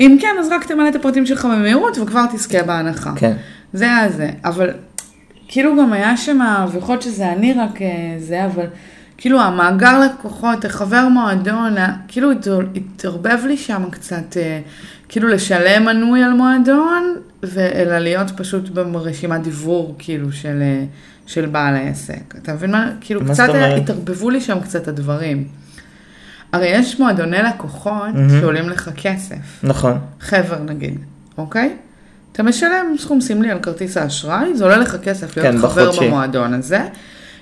Speaker 1: אם כן, אז רק תמלא את הפרטים שלך במהירות וכבר תזכה בהנחה.
Speaker 2: כן.
Speaker 1: זה היה זה, אבל כאילו גם היה שם, ויכול להיות שזה אני רק אה, זה, אבל כאילו המאגר לקוחות, החבר מועדון, ה- כאילו הת- התערבב לי שם קצת, אה, כאילו לשלם מנוי על מועדון, ו- אלא להיות פשוט ברשימת דברור, כאילו, של, אה, של בעל העסק. אתה מבין מה? כאילו
Speaker 2: מה
Speaker 1: קצת
Speaker 2: זאת
Speaker 1: היה-
Speaker 2: אומרת?
Speaker 1: התערבבו לי שם קצת הדברים. הרי יש מועדוני לקוחות
Speaker 2: מהמם.
Speaker 1: שעולים לך כסף.
Speaker 2: נכון.
Speaker 1: חבר נגיד, אוקיי? אתה משלם סכום סמלי על כרטיס האשראי, זה עולה לך כסף להיות
Speaker 2: כן,
Speaker 1: חבר
Speaker 2: בחודשי.
Speaker 1: במועדון הזה.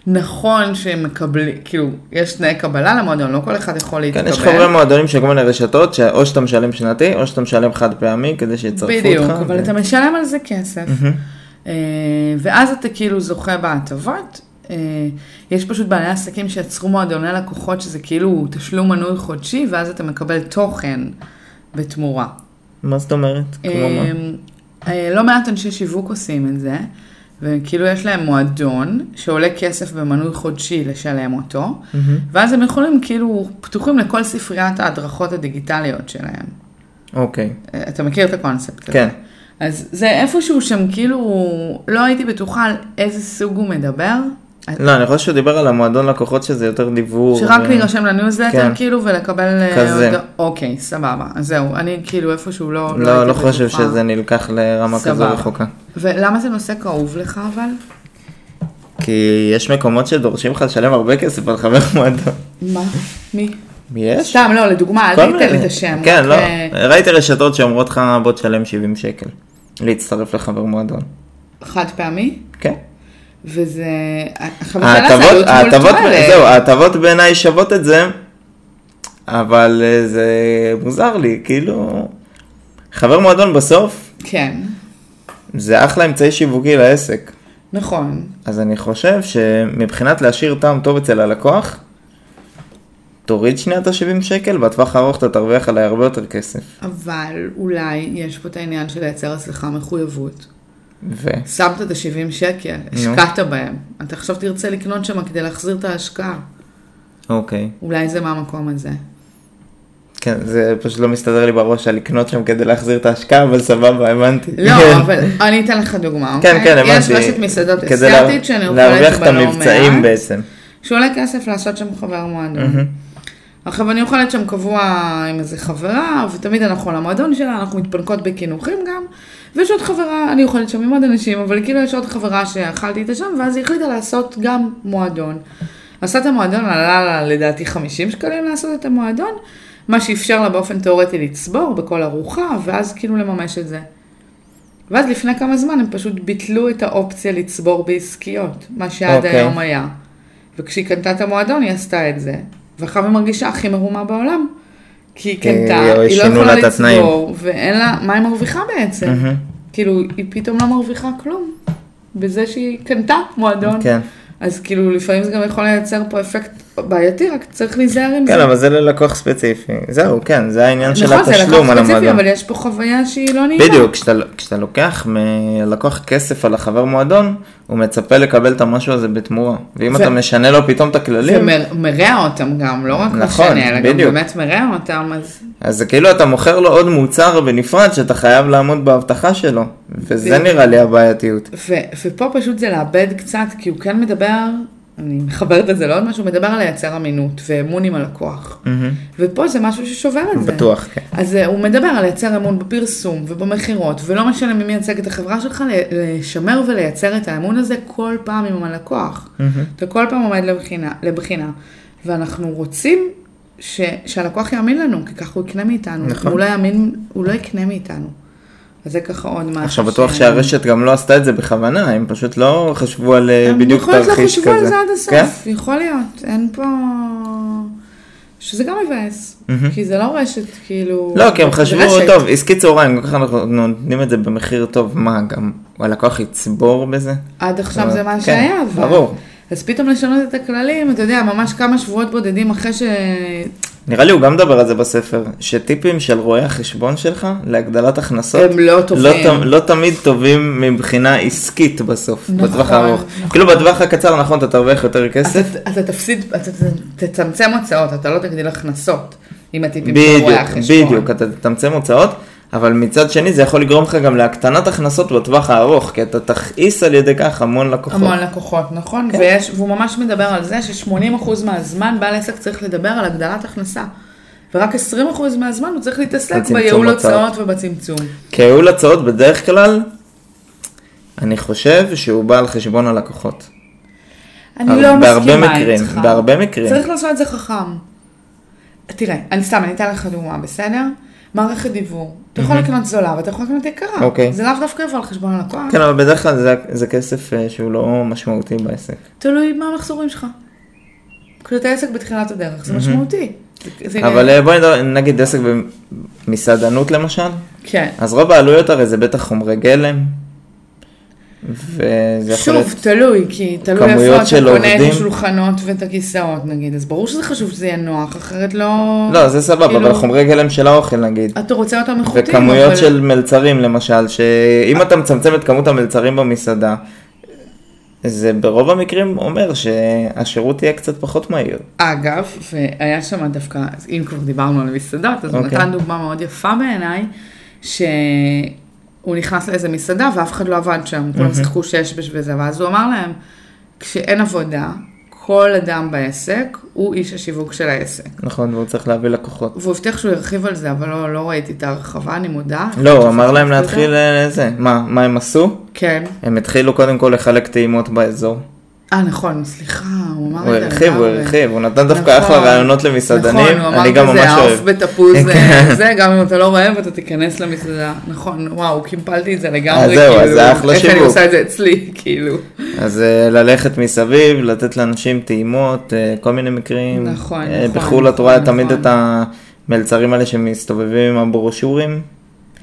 Speaker 1: נכון שמקבלים, כאילו, יש תנאי קבלה למועדון, לא כל אחד יכול להתקבל.
Speaker 2: כן, יש חברי מועדונים של כל מיני רשתות, שאו שאתה משלם שנתי, או שאתה משלם חד פעמי כדי שיצרפו אותך. כן.
Speaker 1: בדיוק,
Speaker 2: ו-
Speaker 1: אבל אתה משלם על זה כסף. אה, ואז אתה כאילו זוכה בהטבות. אה, יש פשוט בעלי עסקים שיצרו מועדוני לקוחות שזה כאילו תשלום מנוי חודשי, ואז אתה מקבל תוכן בתמורה.
Speaker 2: מה זאת אומרת? כמו מה?
Speaker 1: אמ, אה, לא מעט אנשי שיווק עושים את זה, וכאילו יש להם מועדון שעולה כסף במנוי חודשי לשלם אותו,
Speaker 2: מהמם.
Speaker 1: ואז הם יכולים כאילו פתוחים לכל ספריית ההדרכות הדיגיטליות שלהם.
Speaker 2: אוקיי,
Speaker 1: אה, אתה מכיר את הקונספט הזה?
Speaker 2: כן.
Speaker 1: אז זה איפשהו שם כאילו, לא הייתי בטוחה על איזה סוג הוא מדבר.
Speaker 2: לא, אני חושב שהוא דיבר על המועדון לקוחות שזה יותר דיבור.
Speaker 1: שרק
Speaker 2: ו-
Speaker 1: להירשם לניוזלטר
Speaker 2: אה, כן.
Speaker 1: כאילו ולקבל... אה,
Speaker 2: כזה.
Speaker 1: הודע- אוקיי, סבבה. אז זהו, אני כאילו איפשהו לא הייתי בטוחה.
Speaker 2: לא, לא חושב שזה נלקח לרמה כזו
Speaker 1: סבבה.
Speaker 2: רחוקה.
Speaker 1: ולמה זה נושא כאוב לך אבל?
Speaker 2: כי יש מקומות שדורשים לך לשלם הרבה כסף על חבר מועדון.
Speaker 1: מה? מי?
Speaker 2: יש?
Speaker 1: סתם, לא, לדוגמה, אל
Speaker 2: כל
Speaker 1: תיתן לי
Speaker 2: מיני.
Speaker 1: את השם.
Speaker 2: כן,
Speaker 1: רק,
Speaker 2: לא.
Speaker 1: אה,
Speaker 2: ראיתי רשתות שאומרות לך בוא תשלם 70 שקל להצטרף לחבר מועדון.
Speaker 1: חד פעמי,
Speaker 2: כן.
Speaker 1: וזה... החבר שלה זה עלות מול
Speaker 2: ההטבות,
Speaker 1: אה.
Speaker 2: ההטבות,
Speaker 1: תועלת.
Speaker 2: זהו, ההטבות בעיניי שוות את זה, אבל אה, זה מוזר לי, כאילו, חבר מועדון בסוף
Speaker 1: כן,
Speaker 2: זה אחלה אמצעי שיווקי לעסק.
Speaker 1: נכון.
Speaker 2: אז אני חושב שמבחינת להשאיר טעם טוב אצל הלקוח, תוריד שנייה את ה-70 שקל, בטווח הארוך אתה תרוויח עליי הרבה יותר כסף.
Speaker 1: אבל אולי יש פה את העניין של לייצר אצלך מחויבות.
Speaker 2: ו...
Speaker 1: שמת את ה-70 שקל, השקעת בהם. אתה עכשיו תרצה לקנות שם כדי להחזיר את ההשקעה.
Speaker 2: אוקיי.
Speaker 1: אולי זה מהמקום
Speaker 2: [laughs]
Speaker 1: הזה.
Speaker 2: כן, זה פשוט לא מסתדר לי בראש על לקנות שם כדי להחזיר את ההשקעה, אבל סבבה, הבנתי.
Speaker 1: לא, אבל אני אתן לך דוגמה, אוקיי?
Speaker 2: כן, כן, הבנתי.
Speaker 1: יש רשת מסעדות
Speaker 2: כדי
Speaker 1: אסייתית
Speaker 2: לה-
Speaker 1: שאני אוכלת בה לא מעט.
Speaker 2: להרוויח את המבצעים בעצם.
Speaker 1: שעולה כסף לעשות שם חבר מועדון.
Speaker 2: מהמם.
Speaker 1: עכשיו אני אוכלת שם קבוע עם איזה חברה, ותמיד אנחנו על המועדון שלה, אנחנו מתפנקות בקינוחים גם, ויש עוד חברה, אני אוכלת שם עם עוד אנשים, אבל כאילו יש עוד חברה שאכלתי איתה שם, ואז היא החליטה לעשות גם מועדון. עשה את המועדון, עלה לה לדעתי 50 שקלים לעשות את המועדון, מה שאפשר לה באופן תיאורטי לצבור בכל ארוחה, ואז כאילו לממש את זה. ואז לפני כמה זמן הם פשוט ביטלו את האופציה לצבור בעסקיות, מה שעד
Speaker 2: אוקיי.
Speaker 1: היום היה. וכשהיא קנתה את המועדון היא עשתה את זה. ועכשיו היא מרגישה הכי מרומה בעולם. כי היא קנתה,
Speaker 2: אה,
Speaker 1: היא לא
Speaker 2: שינו
Speaker 1: יכולה
Speaker 2: לה את התנאים. Mm-hmm.
Speaker 1: לצבור, ואין לה, מה היא מרוויחה בעצם?
Speaker 2: מהמם.
Speaker 1: כאילו, היא פתאום לא מרוויחה כלום. בזה שהיא קנתה מועדון.
Speaker 2: כן.
Speaker 1: אז כאילו, לפעמים זה גם יכול לייצר פה אפקט בעייתי, רק צריך להיזהר עם
Speaker 2: כן,
Speaker 1: זה.
Speaker 2: אבל זה ללקוח ספציפי. זהו, כן, זה העניין של
Speaker 1: נכון, זה
Speaker 2: התשלום
Speaker 1: לקוח
Speaker 2: על
Speaker 1: ספציפי,
Speaker 2: המועדון.
Speaker 1: אבל יש פה חוויה שהיא לא נעימה.
Speaker 2: בדיוק, כשאתה, כשאתה לוקח מלקוח כסף על החבר מועדון, הוא מצפה לקבל את המשהו הזה בתמורה. ואם
Speaker 1: ו-
Speaker 2: אתה משנה לו פתאום את הכללים,
Speaker 1: ומרע אותם גם, לא רק
Speaker 2: נכון,
Speaker 1: משנה, אלא גם
Speaker 2: בדיוק.
Speaker 1: באמת מרע אותם, אז
Speaker 2: אז זה כאילו אתה מוכר לו עוד מוצר בנפרד שאתה חייב לעמוד בהבטחה שלו. וזה
Speaker 1: בדיוק.
Speaker 2: נראה לי הבעייתיות.
Speaker 1: ו- ופה פשוט זה לאבד קצת, כי הוא כן מדבר, אני מחברת את זה לעוד משהו, הוא מדבר על לייצר אמינות ואמון עם הלקוח.
Speaker 2: מהמם.
Speaker 1: ופה זה משהו ששובר את זה.
Speaker 2: בטוח, כן.
Speaker 1: אז אה, הוא מדבר על לייצר אמון בפרסום ובמכירות, ולא משנה ממי מייצג את החברה שלך, ל- לשמר ולייצר את האמון הזה כל פעם עם הלקוח. אתה כל פעם עומד לבחינה, לבחינה. ואנחנו רוצים ש, שהלקוח יאמין לנו, כי ככה הוא יקנה מאיתנו.
Speaker 2: נכון.
Speaker 1: אם הוא לא יאמין, הוא לא יקנה מאיתנו. אז זה ככה עוד משהו.
Speaker 2: עכשיו בטוח
Speaker 1: ש-
Speaker 2: שהרשת גם לא עשתה את זה בכוונה, הם פשוט לא חשבו על אה, בדיוק
Speaker 1: יכול להיות לא
Speaker 2: תרחיש
Speaker 1: חשבו
Speaker 2: כזה.
Speaker 1: על זה עד הסוף,
Speaker 2: כן?
Speaker 1: יכול להיות, אין פה... שזה גם מבאס,
Speaker 2: מהמם.
Speaker 1: כי זה לא רשת, כאילו...
Speaker 2: לא, כי הם
Speaker 1: זה
Speaker 2: חשבו,
Speaker 1: רשת.
Speaker 2: טוב, עסקי צהריים, ככה אנחנו נותנים את זה במחיר טוב, מה, גם הלקוח יצבור בזה?
Speaker 1: עד עכשיו זה מה
Speaker 2: כן,
Speaker 1: שהיה, אבל...
Speaker 2: ברור.
Speaker 1: אז פתאום לשנות את הכללים, אתה יודע, ממש כמה שבועות בודדים אחרי ש...
Speaker 2: נראה לי הוא גם מדבר על זה בספר, שטיפים של רואי החשבון שלך להגדלת הכנסות,
Speaker 1: הם לא טובים.
Speaker 2: לא, ת- לא תמיד טובים מבחינה עסקית בסוף,
Speaker 1: נכון,
Speaker 2: בטווח הארוך.
Speaker 1: נכון.
Speaker 2: כאילו בטווח הקצר נכון אתה תרוויח יותר כסף,
Speaker 1: אתה, אתה תפסיד, אתה ת- תצמצם הוצאות, אתה לא תגדיל הכנסות עם הטיפים של רואי
Speaker 2: בדיוק,
Speaker 1: החשבון.
Speaker 2: בדיוק, אתה תצמצם הוצאות, אבל מצד שני זה יכול לגרום לך גם להקטנת הכנסות בטווח הארוך, כי אתה תכעיס על ידי כך המון לקוחות.
Speaker 1: המון לקוחות, נכון? כן. ויש, והוא ממש מדבר על זה ש-80% מהזמן בעל עסק צריך לדבר על הגדלת הכנסה. ורק 20% מהזמן הוא צריך להתעסק
Speaker 2: בצמצום
Speaker 1: בייעול
Speaker 2: הוצאות.
Speaker 1: הוצאות ובצמצום.
Speaker 2: כייעול הצעות בדרך כלל, אני חושב שהוא בא על חשבון הלקוחות.
Speaker 1: אני לא
Speaker 2: בהרבה
Speaker 1: מסכימה
Speaker 2: מקרים,
Speaker 1: איתך.
Speaker 2: בהרבה מקרים.
Speaker 1: צריך לעשות את זה חכם. תראה, אני סתם, אני אתן לך דוגמה, בסדר? מערכת דיוור. אתה יכול לקנות זולה ואתה יכול לקנות יקרה.
Speaker 2: אוקיי.
Speaker 1: זה לאו דווקא יבוא על חשבון הלקוח.
Speaker 2: כן, אבל בדרך כלל זה, זה כסף אה, שהוא לא משמעותי בעסק.
Speaker 1: תלוי מה המחזורים שלך. כשאתה עסק בתחילת הדרך, זה משמעותי. זה- זה-
Speaker 2: אבל אה, בואי נדבר- נגיד עסק במסעדנות למשל,
Speaker 1: כן.
Speaker 2: אז רוב העלויות הרי זה בטח חומרי גלם, וזה יכול להיות...
Speaker 1: שוב, תלוי, כי תלוי
Speaker 2: כמויות
Speaker 1: איפה אתה
Speaker 2: של
Speaker 1: קונה את
Speaker 2: עובדים.
Speaker 1: השולחנות ואת הכיסאות נגיד, אז ברור שזה חשוב שזה יהיה נוח, אחרת לא...
Speaker 2: לא, זה סבבה,
Speaker 1: כאילו,
Speaker 2: אבל חומרי גלם של האוכל נגיד.
Speaker 1: אתה רוצה אותם איכותיים,
Speaker 2: וכמויות
Speaker 1: אבל-
Speaker 2: של מלצרים למשל, שאם אתה מצמצם את כמות המלצרים במסעדה, זה ברוב המקרים אומר שהשירות יהיה קצת פחות מהיר.
Speaker 1: אגב, והיה שם דווקא, אז אם כבר דיברנו על מסעדות, אז הוא
Speaker 2: אוקיי.
Speaker 1: נתן דוגמה מאוד יפה בעיניי, שהוא נכנס לאיזה מסעדה ואף אחד לא עבד שם, כולם
Speaker 2: אוקיי.
Speaker 1: שיחקו שש בשביל זה, ואז הוא אמר להם, כשאין עבודה, כל אדם בעסק הוא איש השיווק של העסק.
Speaker 2: נכון, והוא צריך להביא לקוחות.
Speaker 1: והוא הבטיח שהוא ירחיב על זה, אבל לא, לא ראיתי את ההרחבה, אני מודה.
Speaker 2: לא, הוא אמר
Speaker 1: חשבתי
Speaker 2: להם
Speaker 1: שזה-
Speaker 2: להתחיל אה, זה. מה, מה הם עשו?
Speaker 1: כן.
Speaker 2: הם התחילו קודם כל לחלק טעימות באזור.
Speaker 1: אה, נכון, סליחה, הוא אמר
Speaker 2: הוא
Speaker 1: את זה.
Speaker 2: הרחיב, הוא
Speaker 1: לגמרי.
Speaker 2: הרחיב, הוא נתן דווקא
Speaker 1: נכון.
Speaker 2: אחלה רעיונות למסעדנים,
Speaker 1: נכון,
Speaker 2: אני גם
Speaker 1: הוא אמר
Speaker 2: ממש
Speaker 1: כזה העוף
Speaker 2: אוהב. [laughs] כן.
Speaker 1: בתפוז אה, זה, גם אם אתה לא רעב אתה תיכנס למסעדה. נכון, וואו, קימפלתי את זה לגמרי, כאילו,
Speaker 2: אז אה, זהו, אז זה אחלה
Speaker 1: איך אני
Speaker 2: שיווק.
Speaker 1: עושה את זה אצלי, [laughs] כאילו.
Speaker 2: אז אה, ללכת מסביב, לתת לאנשים טעימות, אה, כל מיני מקרים.
Speaker 1: נכון,
Speaker 2: אה,
Speaker 1: נכון,
Speaker 2: בחו"ל את רואה
Speaker 1: נכון,
Speaker 2: תמיד
Speaker 1: נכון.
Speaker 2: את המלצרים האלה שמסתובבים עם הברושורים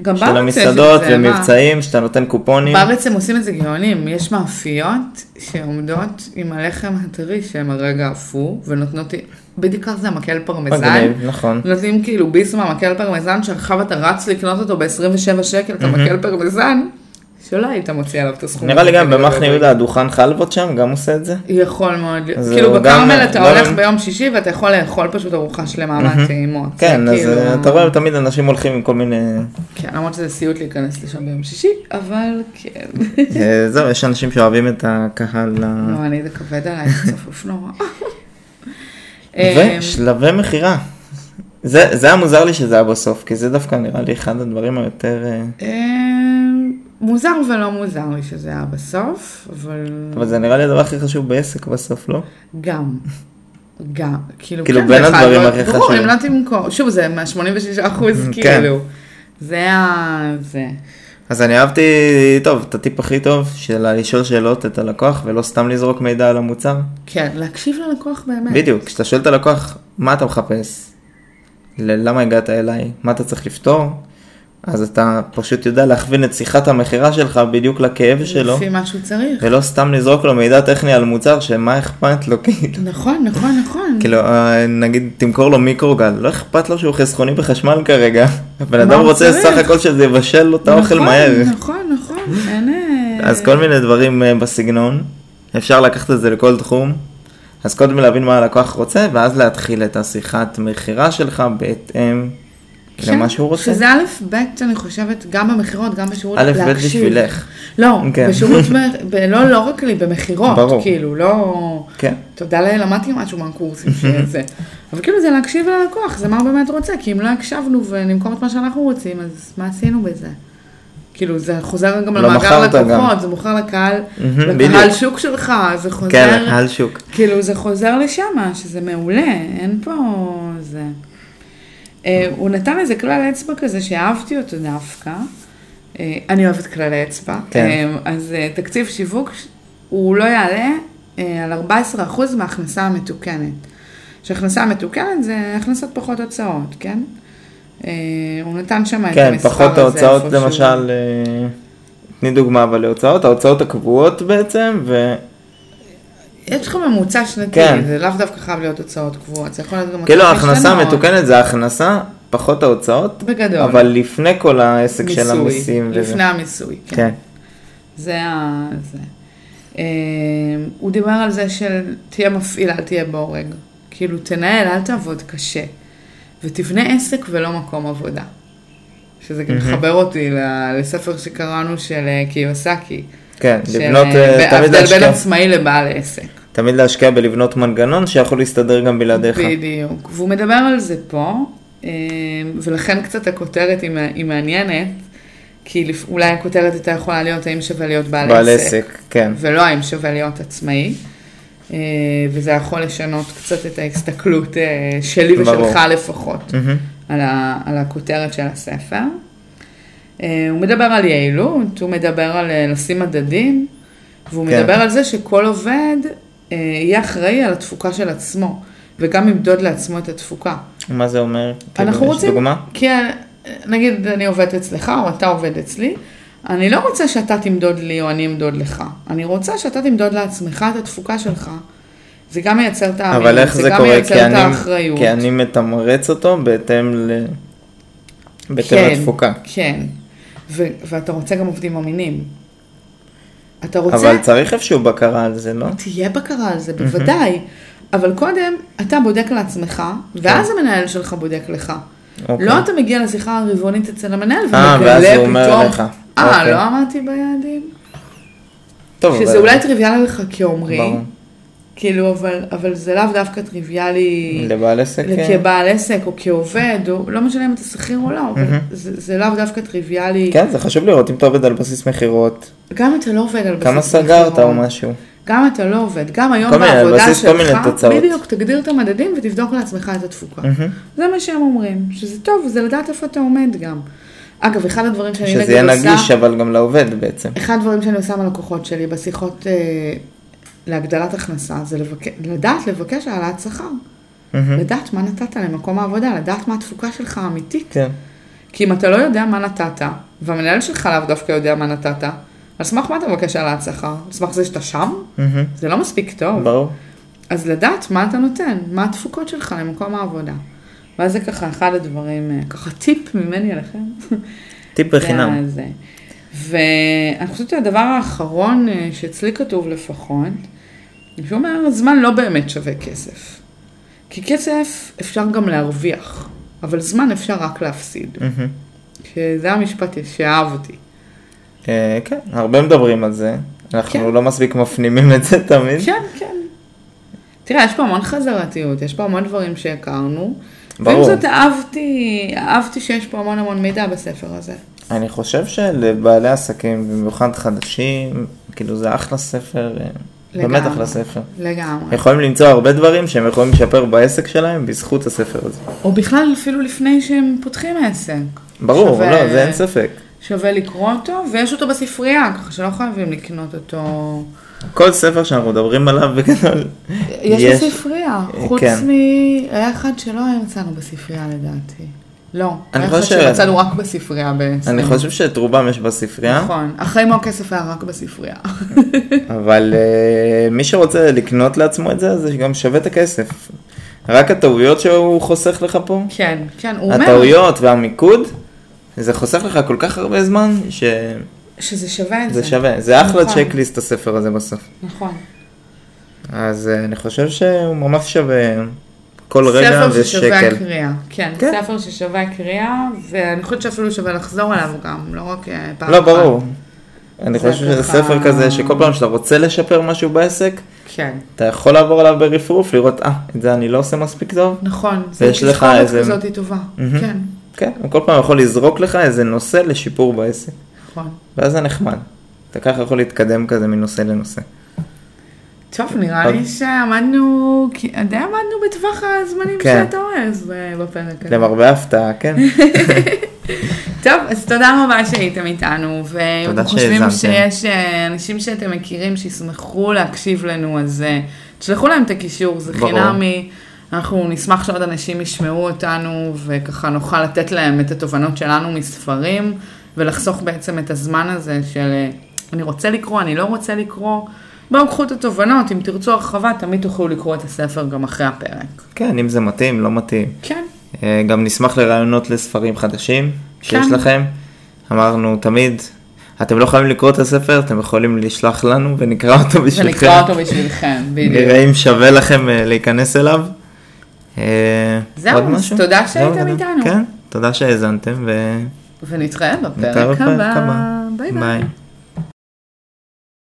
Speaker 1: גם
Speaker 2: של
Speaker 1: בארץ יש את
Speaker 2: המסעדות
Speaker 1: זה, מה?
Speaker 2: ומבצעים, שאתה נותן קופונים.
Speaker 1: בארץ הם עושים את זה גאונים, יש מאפיות שעומדות עם הלחם הטרי שהם הרגע עפו, ונותנות, בדיקה זה המקל פרמזן,
Speaker 2: מגניב, נכון.
Speaker 1: נותנים כאילו ביס מהמקל פרמזן, שעכשיו אתה רץ לקנות אותו ב-27 שקל, את המקל פרמזן, שלא היית מוציא עליו את הסכום.
Speaker 2: נראה לי
Speaker 1: הזה
Speaker 2: גם
Speaker 1: כנראה
Speaker 2: במחנה
Speaker 1: בבית.
Speaker 2: יהודה הדוכן חלבות שם גם עושה את זה.
Speaker 1: יכול מאוד להיות,
Speaker 2: אז
Speaker 1: כאילו
Speaker 2: הוא
Speaker 1: בכרמל
Speaker 2: גם-
Speaker 1: אתה
Speaker 2: לא-
Speaker 1: הולך ביום שישי ואתה יכול לאכול פשוט ארוחה שלמה מהטעימות. זה
Speaker 2: כן, אז
Speaker 1: כאילו-
Speaker 2: אה, אתה רואה תמיד אנשים הולכים עם כל מיני...
Speaker 1: [laughs] כן, למרות שזה סיוט להיכנס לשם ביום שישי, אבל כן.
Speaker 2: אה, זהו, יש אנשים שאוהבים את הקהל. ה-
Speaker 1: לא, אני זה כבד עליי, זה צפוף
Speaker 2: [laughs]
Speaker 1: נורא. אמ,
Speaker 2: ושלבי מכירה. זה, זה היה מוזר לי שזה היה בסוף, כי זה דווקא נראה לי אחד הדברים היותר... אה,
Speaker 1: אמ, מוזר ולא מוזר לי שזה היה בסוף, אבל
Speaker 2: אבל זה נראה לי הדבר הכי חשוב בעסק בסוף, לא?
Speaker 1: גם. גם, כאילו,
Speaker 2: כאילו,
Speaker 1: כן,
Speaker 2: בין
Speaker 1: זה אחד
Speaker 2: הדברים
Speaker 1: לא-
Speaker 2: הכי
Speaker 1: ברור,
Speaker 2: חשובים.
Speaker 1: אם לא תמכור, שוב, זה מה-86 אחוז,
Speaker 2: כן.
Speaker 1: כאילו. זה ה... זה.
Speaker 2: אז אני אהבתי, טוב, את הטיפ הכי טוב, של לשאול שאלות את הלקוח, ולא סתם לזרוק מידע על המוצר.
Speaker 1: כן, להקשיב ללקוח באמת.
Speaker 2: בדיוק, כשאתה שואל את הלקוח, מה אתה מחפש? ל- למה הגעת אליי? מה אתה צריך לפתור? אז אתה פשוט יודע להכווין את שיחת המכירה שלך בדיוק לכאב שלו,
Speaker 1: לפי מה שהוא צריך.
Speaker 2: ולא סתם לזרוק לו מידע טכני על מוצר, שמה אכפת לו, [laughs] כאילו.
Speaker 1: נכון, נכון, נכון.
Speaker 2: כאילו, אה, נגיד, תמכור לו מיקרוגל, לא אכפת לו שהוא חסכוני בחשמל כרגע. [laughs] הבן
Speaker 1: מה
Speaker 2: אדם
Speaker 1: הוא
Speaker 2: רוצה
Speaker 1: צריך?
Speaker 2: סך הכל שזה יבשל לו את האוכל
Speaker 1: נכון,
Speaker 2: מהר.
Speaker 1: נכון, נכון, אין... אה,
Speaker 2: אז כל מיני דברים אה, בסגנון, אפשר לקחת את זה לכל תחום. אז קודם להבין מה הלקוח רוצה, ואז להתחיל את השיחת מכירה שלך בהתאם
Speaker 1: כן,
Speaker 2: למה שהוא רוצה.
Speaker 1: שזה א', ב', אני חושבת, גם במכירות, גם בשירות,
Speaker 2: א', ב'
Speaker 1: להקשיב.
Speaker 2: בשבילך.
Speaker 1: לא,
Speaker 2: כן.
Speaker 1: בשירות, מ- ב- לא, לא רק לי, במכירות,
Speaker 2: ברור.
Speaker 1: כאילו, לא...
Speaker 2: כן.
Speaker 1: תודה לאל, למדתי משהו מהקורסים שזה. אבל כאילו זה להקשיב ללקוח, זה מה הוא באמת רוצה, כי אם לא הקשבנו ונמכור את מה שאנחנו רוצים, אז מה עשינו בזה? כאילו זה חוזר גם
Speaker 2: לא
Speaker 1: למאגר
Speaker 2: מכרת גם.
Speaker 1: לקוחות, זה מוכר לקהל,
Speaker 2: מהמם,
Speaker 1: לקהל
Speaker 2: בדיוק.
Speaker 1: שוק שלך, זה חוזר...
Speaker 2: כן, על שוק.
Speaker 1: כאילו זה חוזר לשם, שזה מעולה, אין פה זה. אה, הוא נתן איזה כלל אצבע כזה שאהבתי אותו דווקא. אה, אני אוהבת כללי אצבע.
Speaker 2: כן.
Speaker 1: אה, אז אה, תקציב שיווק, הוא לא יעלה אה, על 14% מההכנסה המתוקנת. שהכנסה מתוקנת זה הכנסות פחות הוצאות, כן? אה, הוא נתן שם את
Speaker 2: כן,
Speaker 1: המספר הזה.
Speaker 2: פחות ההוצאות
Speaker 1: איפשהו.
Speaker 2: למשל, אה, תני דוגמה אבל להוצאות, ההוצאות הקבועות בעצם,
Speaker 1: יש לך ממוצע שנתי,
Speaker 2: כן.
Speaker 1: זה לאו דווקא חייב להיות הוצאות קבועות, זה יכול להיות גם...
Speaker 2: כאילו
Speaker 1: הוצאות
Speaker 2: ההכנסה
Speaker 1: משתנות.
Speaker 2: המתוקנת זה ההכנסה, פחות ההוצאות,
Speaker 1: בגדול.
Speaker 2: אבל לפני כל העסק של
Speaker 1: מיסוי,
Speaker 2: המיסים. וזה.
Speaker 1: לפני המיסוי, כן.
Speaker 2: כן.
Speaker 1: זה ה... זה. אה, הוא דיבר על זה של תהיה מפעיל, אל תהיה בורג. כאילו, תנהל, אל תעבוד קשה. ותבנה עסק ולא מקום עבודה. שזה גם מחבר אותי ל- לספר שקראנו של אה, קיוסקי.
Speaker 2: כן,
Speaker 1: של,
Speaker 2: לבנות,
Speaker 1: אה,
Speaker 2: אה, תמיד
Speaker 1: ההבדל בין
Speaker 2: להשקיע,
Speaker 1: עצמאי לבעל עסק.
Speaker 2: תמיד להשקיע בלבנות מנגנון שיכול להסתדר גם בלעדיך.
Speaker 1: בדיוק. והוא מדבר על זה פה, אה, ולכן קצת הכותרת היא מע- היא מעניינת, כי לפ- אולי הכותרת הייתה יכולה להיות האם שווה להיות בעל,
Speaker 2: בעל עסק, כן.
Speaker 1: ולא האם שווה להיות עצמאי. אה, וזה יכול לשנות קצת את ההסתכלות אה, שלי
Speaker 2: ברור.
Speaker 1: ושלך לפחות
Speaker 2: מהמם.
Speaker 1: על, ה, על הכותרת של הספר. אה, הוא מדבר על יעילות, הוא מדבר על אה, לשים מדדים, והוא
Speaker 2: כן.
Speaker 1: מדבר על זה שכל עובד אה, יהיה אחראי על התפוקה של עצמו, וגם ימדוד לעצמו את התפוקה.
Speaker 2: מה זה אומר? כאילו,
Speaker 1: אנחנו
Speaker 2: יש
Speaker 1: רוצים,
Speaker 2: דוגמה?
Speaker 1: כי אה, נגיד אני עובדת אצלך או אתה עובד אצלי, אני לא רוצה שאתה תמדוד לי או אני אמדוד לך, אני רוצה שאתה תמדוד לעצמך את התפוקה שלך. זה גם מייצר את האמינות,
Speaker 2: אבל איך זה
Speaker 1: אה, גם
Speaker 2: קורה?
Speaker 1: מייצר
Speaker 2: כי
Speaker 1: את
Speaker 2: אני-
Speaker 1: האחריות.
Speaker 2: כי אני מתמרץ אותו בהתאם ל... בהתאם לתפוקה.
Speaker 1: כן, ו- ואתה רוצה גם עובדים אמינים. אתה רוצה,
Speaker 2: אבל צריך איפשהו בקרה על זה, לא?
Speaker 1: תהיה בקרה על זה, בוודאי. אבל קודם, אתה בודק לעצמך, ואז המנהל שלך בודק לך.
Speaker 2: כן. אוקיי.
Speaker 1: לא אתה מגיע לשיחה הרבעונית אצל המנהל,
Speaker 2: אה, ואז
Speaker 1: ומגלה
Speaker 2: הוא אומר
Speaker 1: פתאום,
Speaker 2: לך.
Speaker 1: אה,
Speaker 2: אוקיי.
Speaker 1: לא עמדתי ביעדים?
Speaker 2: טוב,
Speaker 1: שזה
Speaker 2: אבל-
Speaker 1: אולי טריוויאלי לך כאומרי,
Speaker 2: ברור.
Speaker 1: כאילו, אבל- אבל זה לאו דווקא טריוויאלי
Speaker 2: לבעל עסק, כן.
Speaker 1: כבעל עסק או כעובד, או לא משנה אם אתה שכיר או לא, אבל זה זה לאו דווקא טריוויאלי.
Speaker 2: Mhm. כן, זה חשוב לראות אם אתה עובד על בסיס מכירות,
Speaker 1: גם אם אתה לא עובד על בסיס
Speaker 2: כמה סגרת או
Speaker 1: מכירון,
Speaker 2: משהו.
Speaker 1: גם אתה לא עובד, גם היום
Speaker 2: כל מיני, על
Speaker 1: בעבודה
Speaker 2: בסיס
Speaker 1: שלך,
Speaker 2: כל מיני תוצאות. Mm.
Speaker 1: בדיוק, תגדיר את המדדים ותבדוק לעצמך את התפוקה.
Speaker 2: מהמם.
Speaker 1: זה מה שהם אומרים, שזה טוב, זה לדעת איפה אתה עומד גם. אגב, אחד הדברים שאני
Speaker 2: שזה
Speaker 1: נגיד
Speaker 2: יהיה
Speaker 1: עושה,
Speaker 2: נגיש אבל גם לעובד בעצם.
Speaker 1: אחד הדברים שאני עושה עם הלקוחות שלי בשיחות אה, להגדלת הכנסה, זה לבק... לדעת לבקש העלאת שכר.
Speaker 2: Mm. מהמם.
Speaker 1: לדעת מה נתת למקום העבודה, לדעת מה התפוקה שלך האמיתית.
Speaker 2: כן,
Speaker 1: כי אם אתה לא יודע מה נתת, והמנהל שלך לאו דווקא יודע מה נתת, על סמך מה אתה מבקש העלאת שכר? על סמך זה שאתה שם?
Speaker 2: מהמם.
Speaker 1: זה לא מספיק טוב.
Speaker 2: ברור.
Speaker 1: אז לדעת מה אתה נותן, מה התפוקות שלך למקום העבודה. ואז זה ככה אחד הדברים, אה, ככה טיפ ממני אליכם.
Speaker 2: טיפ בחינם.
Speaker 1: זה הזה. ואני חושבת שהדבר האחרון אה, שאצלי כתוב לפחות, שהוא אומר, זמן לא באמת שווה כסף. כי כסף אפשר גם להרוויח, אבל זמן אפשר רק להפסיד.
Speaker 2: מהמם.
Speaker 1: שזה המשפט שאהב אותי.
Speaker 2: אה, כן, הרבה מדברים על זה. אנחנו
Speaker 1: כן.
Speaker 2: לא מספיק מפנימים את זה תמיד.
Speaker 1: כן, כן. תראה, יש פה המון חזרתיות, יש פה המון דברים שהכרנו. ועם
Speaker 2: ברור.
Speaker 1: זאת אהבתי, אהבתי שיש פה המון המון מידע בספר הזה.
Speaker 2: אני חושב שלבעלי עסקים, במיוחד חדשים, כאילו זה אחלה ספר, אה, באמת
Speaker 1: לגמרי.
Speaker 2: אחלה ספר.
Speaker 1: לגמרי.
Speaker 2: יכולים למצוא הרבה דברים שהם יכולים לשפר בעסק שלהם בזכות הספר הזה.
Speaker 1: או בכלל אפילו לפני שהם פותחים עסק.
Speaker 2: ברור,
Speaker 1: שווה-
Speaker 2: לא, זה אין ספק.
Speaker 1: שווה לקרוא אותו, ויש אותו בספרייה, ככה שלא חייבים לקנות אותו.
Speaker 2: כל ספר שאנחנו מדברים עליו בגדול,
Speaker 1: יש,
Speaker 2: יש.
Speaker 1: בספרייה,
Speaker 2: אה,
Speaker 1: חוץ
Speaker 2: כן.
Speaker 1: מ... היה אחד שלא מצאנו בספרייה לדעתי. לא, היה אחד
Speaker 2: חושב-
Speaker 1: שמצאנו רק בספרייה בעצם.
Speaker 2: אני חושב שאת רובם יש בספרייה,
Speaker 1: נכון, אחרי מו כסף היה רק בספרייה. [laughs]
Speaker 2: אבל אה, מי שרוצה לקנות לעצמו את זה, אז זה גם שווה את הכסף. רק הטעויות שהוא חוסך לך פה,
Speaker 1: כן, כן, הוא אומר
Speaker 2: הטעויות והמיקוד, זה חוסך לך כל כך הרבה זמן, שזה
Speaker 1: שזה שווה את כן, זה.
Speaker 2: שווה. זה אחלה
Speaker 1: נכון.
Speaker 2: צ'קליסט הספר הזה בסוף.
Speaker 1: נכון.
Speaker 2: אז אה, אני חושב שהוא ממש שווה כל רגע
Speaker 1: ספר ששווה
Speaker 2: ושקל.
Speaker 1: קריאה, כן,
Speaker 2: כן.
Speaker 1: ספר ששווה קריאה, ואני חושבת שאפילו שווה לחזור אליו גם, לא רק אה, פעם
Speaker 2: לא,
Speaker 1: אחת.
Speaker 2: ברור. אני
Speaker 1: זה
Speaker 2: חושב שזה
Speaker 1: ככה-
Speaker 2: ספר כזה שכל פעם שאתה רוצה לשפר משהו בעסק,
Speaker 1: כן,
Speaker 2: אתה יכול לעבור עליו ברפרוף, לראות, אה, את זה אני לא עושה מספיק טוב.
Speaker 1: נכון,
Speaker 2: ויש לך
Speaker 1: תזכורת
Speaker 2: איזה-
Speaker 1: כזאת היא טובה,
Speaker 2: מהמם.
Speaker 1: כן,
Speaker 2: כן, הוא כל פעם יכול לזרוק לך איזה נושא לשיפור בעסק,
Speaker 1: נכון.
Speaker 2: ואז זה נחמד. אתה ככה יכול להתקדם כזה מנושא לנושא.
Speaker 1: טוב, נראה לי שעמדנו, כי- די עמדנו בטווח הזמנים
Speaker 2: כן.
Speaker 1: שאתה אוהב אה, בפרק הזה.
Speaker 2: למרבה הפתעה,
Speaker 1: [laughs]
Speaker 2: כן.
Speaker 1: טוב, אז תודה רבה שהייתם איתנו, ואם
Speaker 2: תודה
Speaker 1: אתם חושבים
Speaker 2: שהאזנתם.
Speaker 1: שיש אה, אנשים שאתם מכירים שישמחו להקשיב לנו, אז אה, תשלחו להם את הקישור, זה
Speaker 2: ברור.
Speaker 1: חינמי. אנחנו נשמח שעוד אנשים ישמעו אותנו, וככה נוכל לתת להם את התובנות שלנו מספרים, ולחסוך בעצם את הזמן הזה של אה, אני רוצה לקרוא, אני לא רוצה לקרוא, בואו קחו את התובנות, אם תרצו הרחבה, תמיד תוכלו לקרוא את הספר גם אחרי הפרק.
Speaker 2: כן, אם זה מתאים, לא מתאים.
Speaker 1: כן.
Speaker 2: אה, גם נשמח לרעיונות לספרים חדשים שיש
Speaker 1: כן.
Speaker 2: לכם. אמרנו תמיד, אתם לא חייבים לקרוא את הספר, אתם יכולים לשלוח לנו ונקרא אותו בשבילכם.
Speaker 1: ונקרא אותו בשבילכם, בדיוק.
Speaker 2: נראה אם שווה לכם אה, להיכנס אליו. אה,
Speaker 1: זהו,
Speaker 2: עוד
Speaker 1: אז
Speaker 2: משהו?
Speaker 1: תודה שהייתם
Speaker 2: זהו, תודה.
Speaker 1: איתנו.
Speaker 2: כן, תודה שהאזנתם ו...
Speaker 1: ונתראה
Speaker 2: נתראה
Speaker 1: בפרק
Speaker 2: בפרק
Speaker 1: הבא.
Speaker 2: הבא.
Speaker 1: ביי ביי.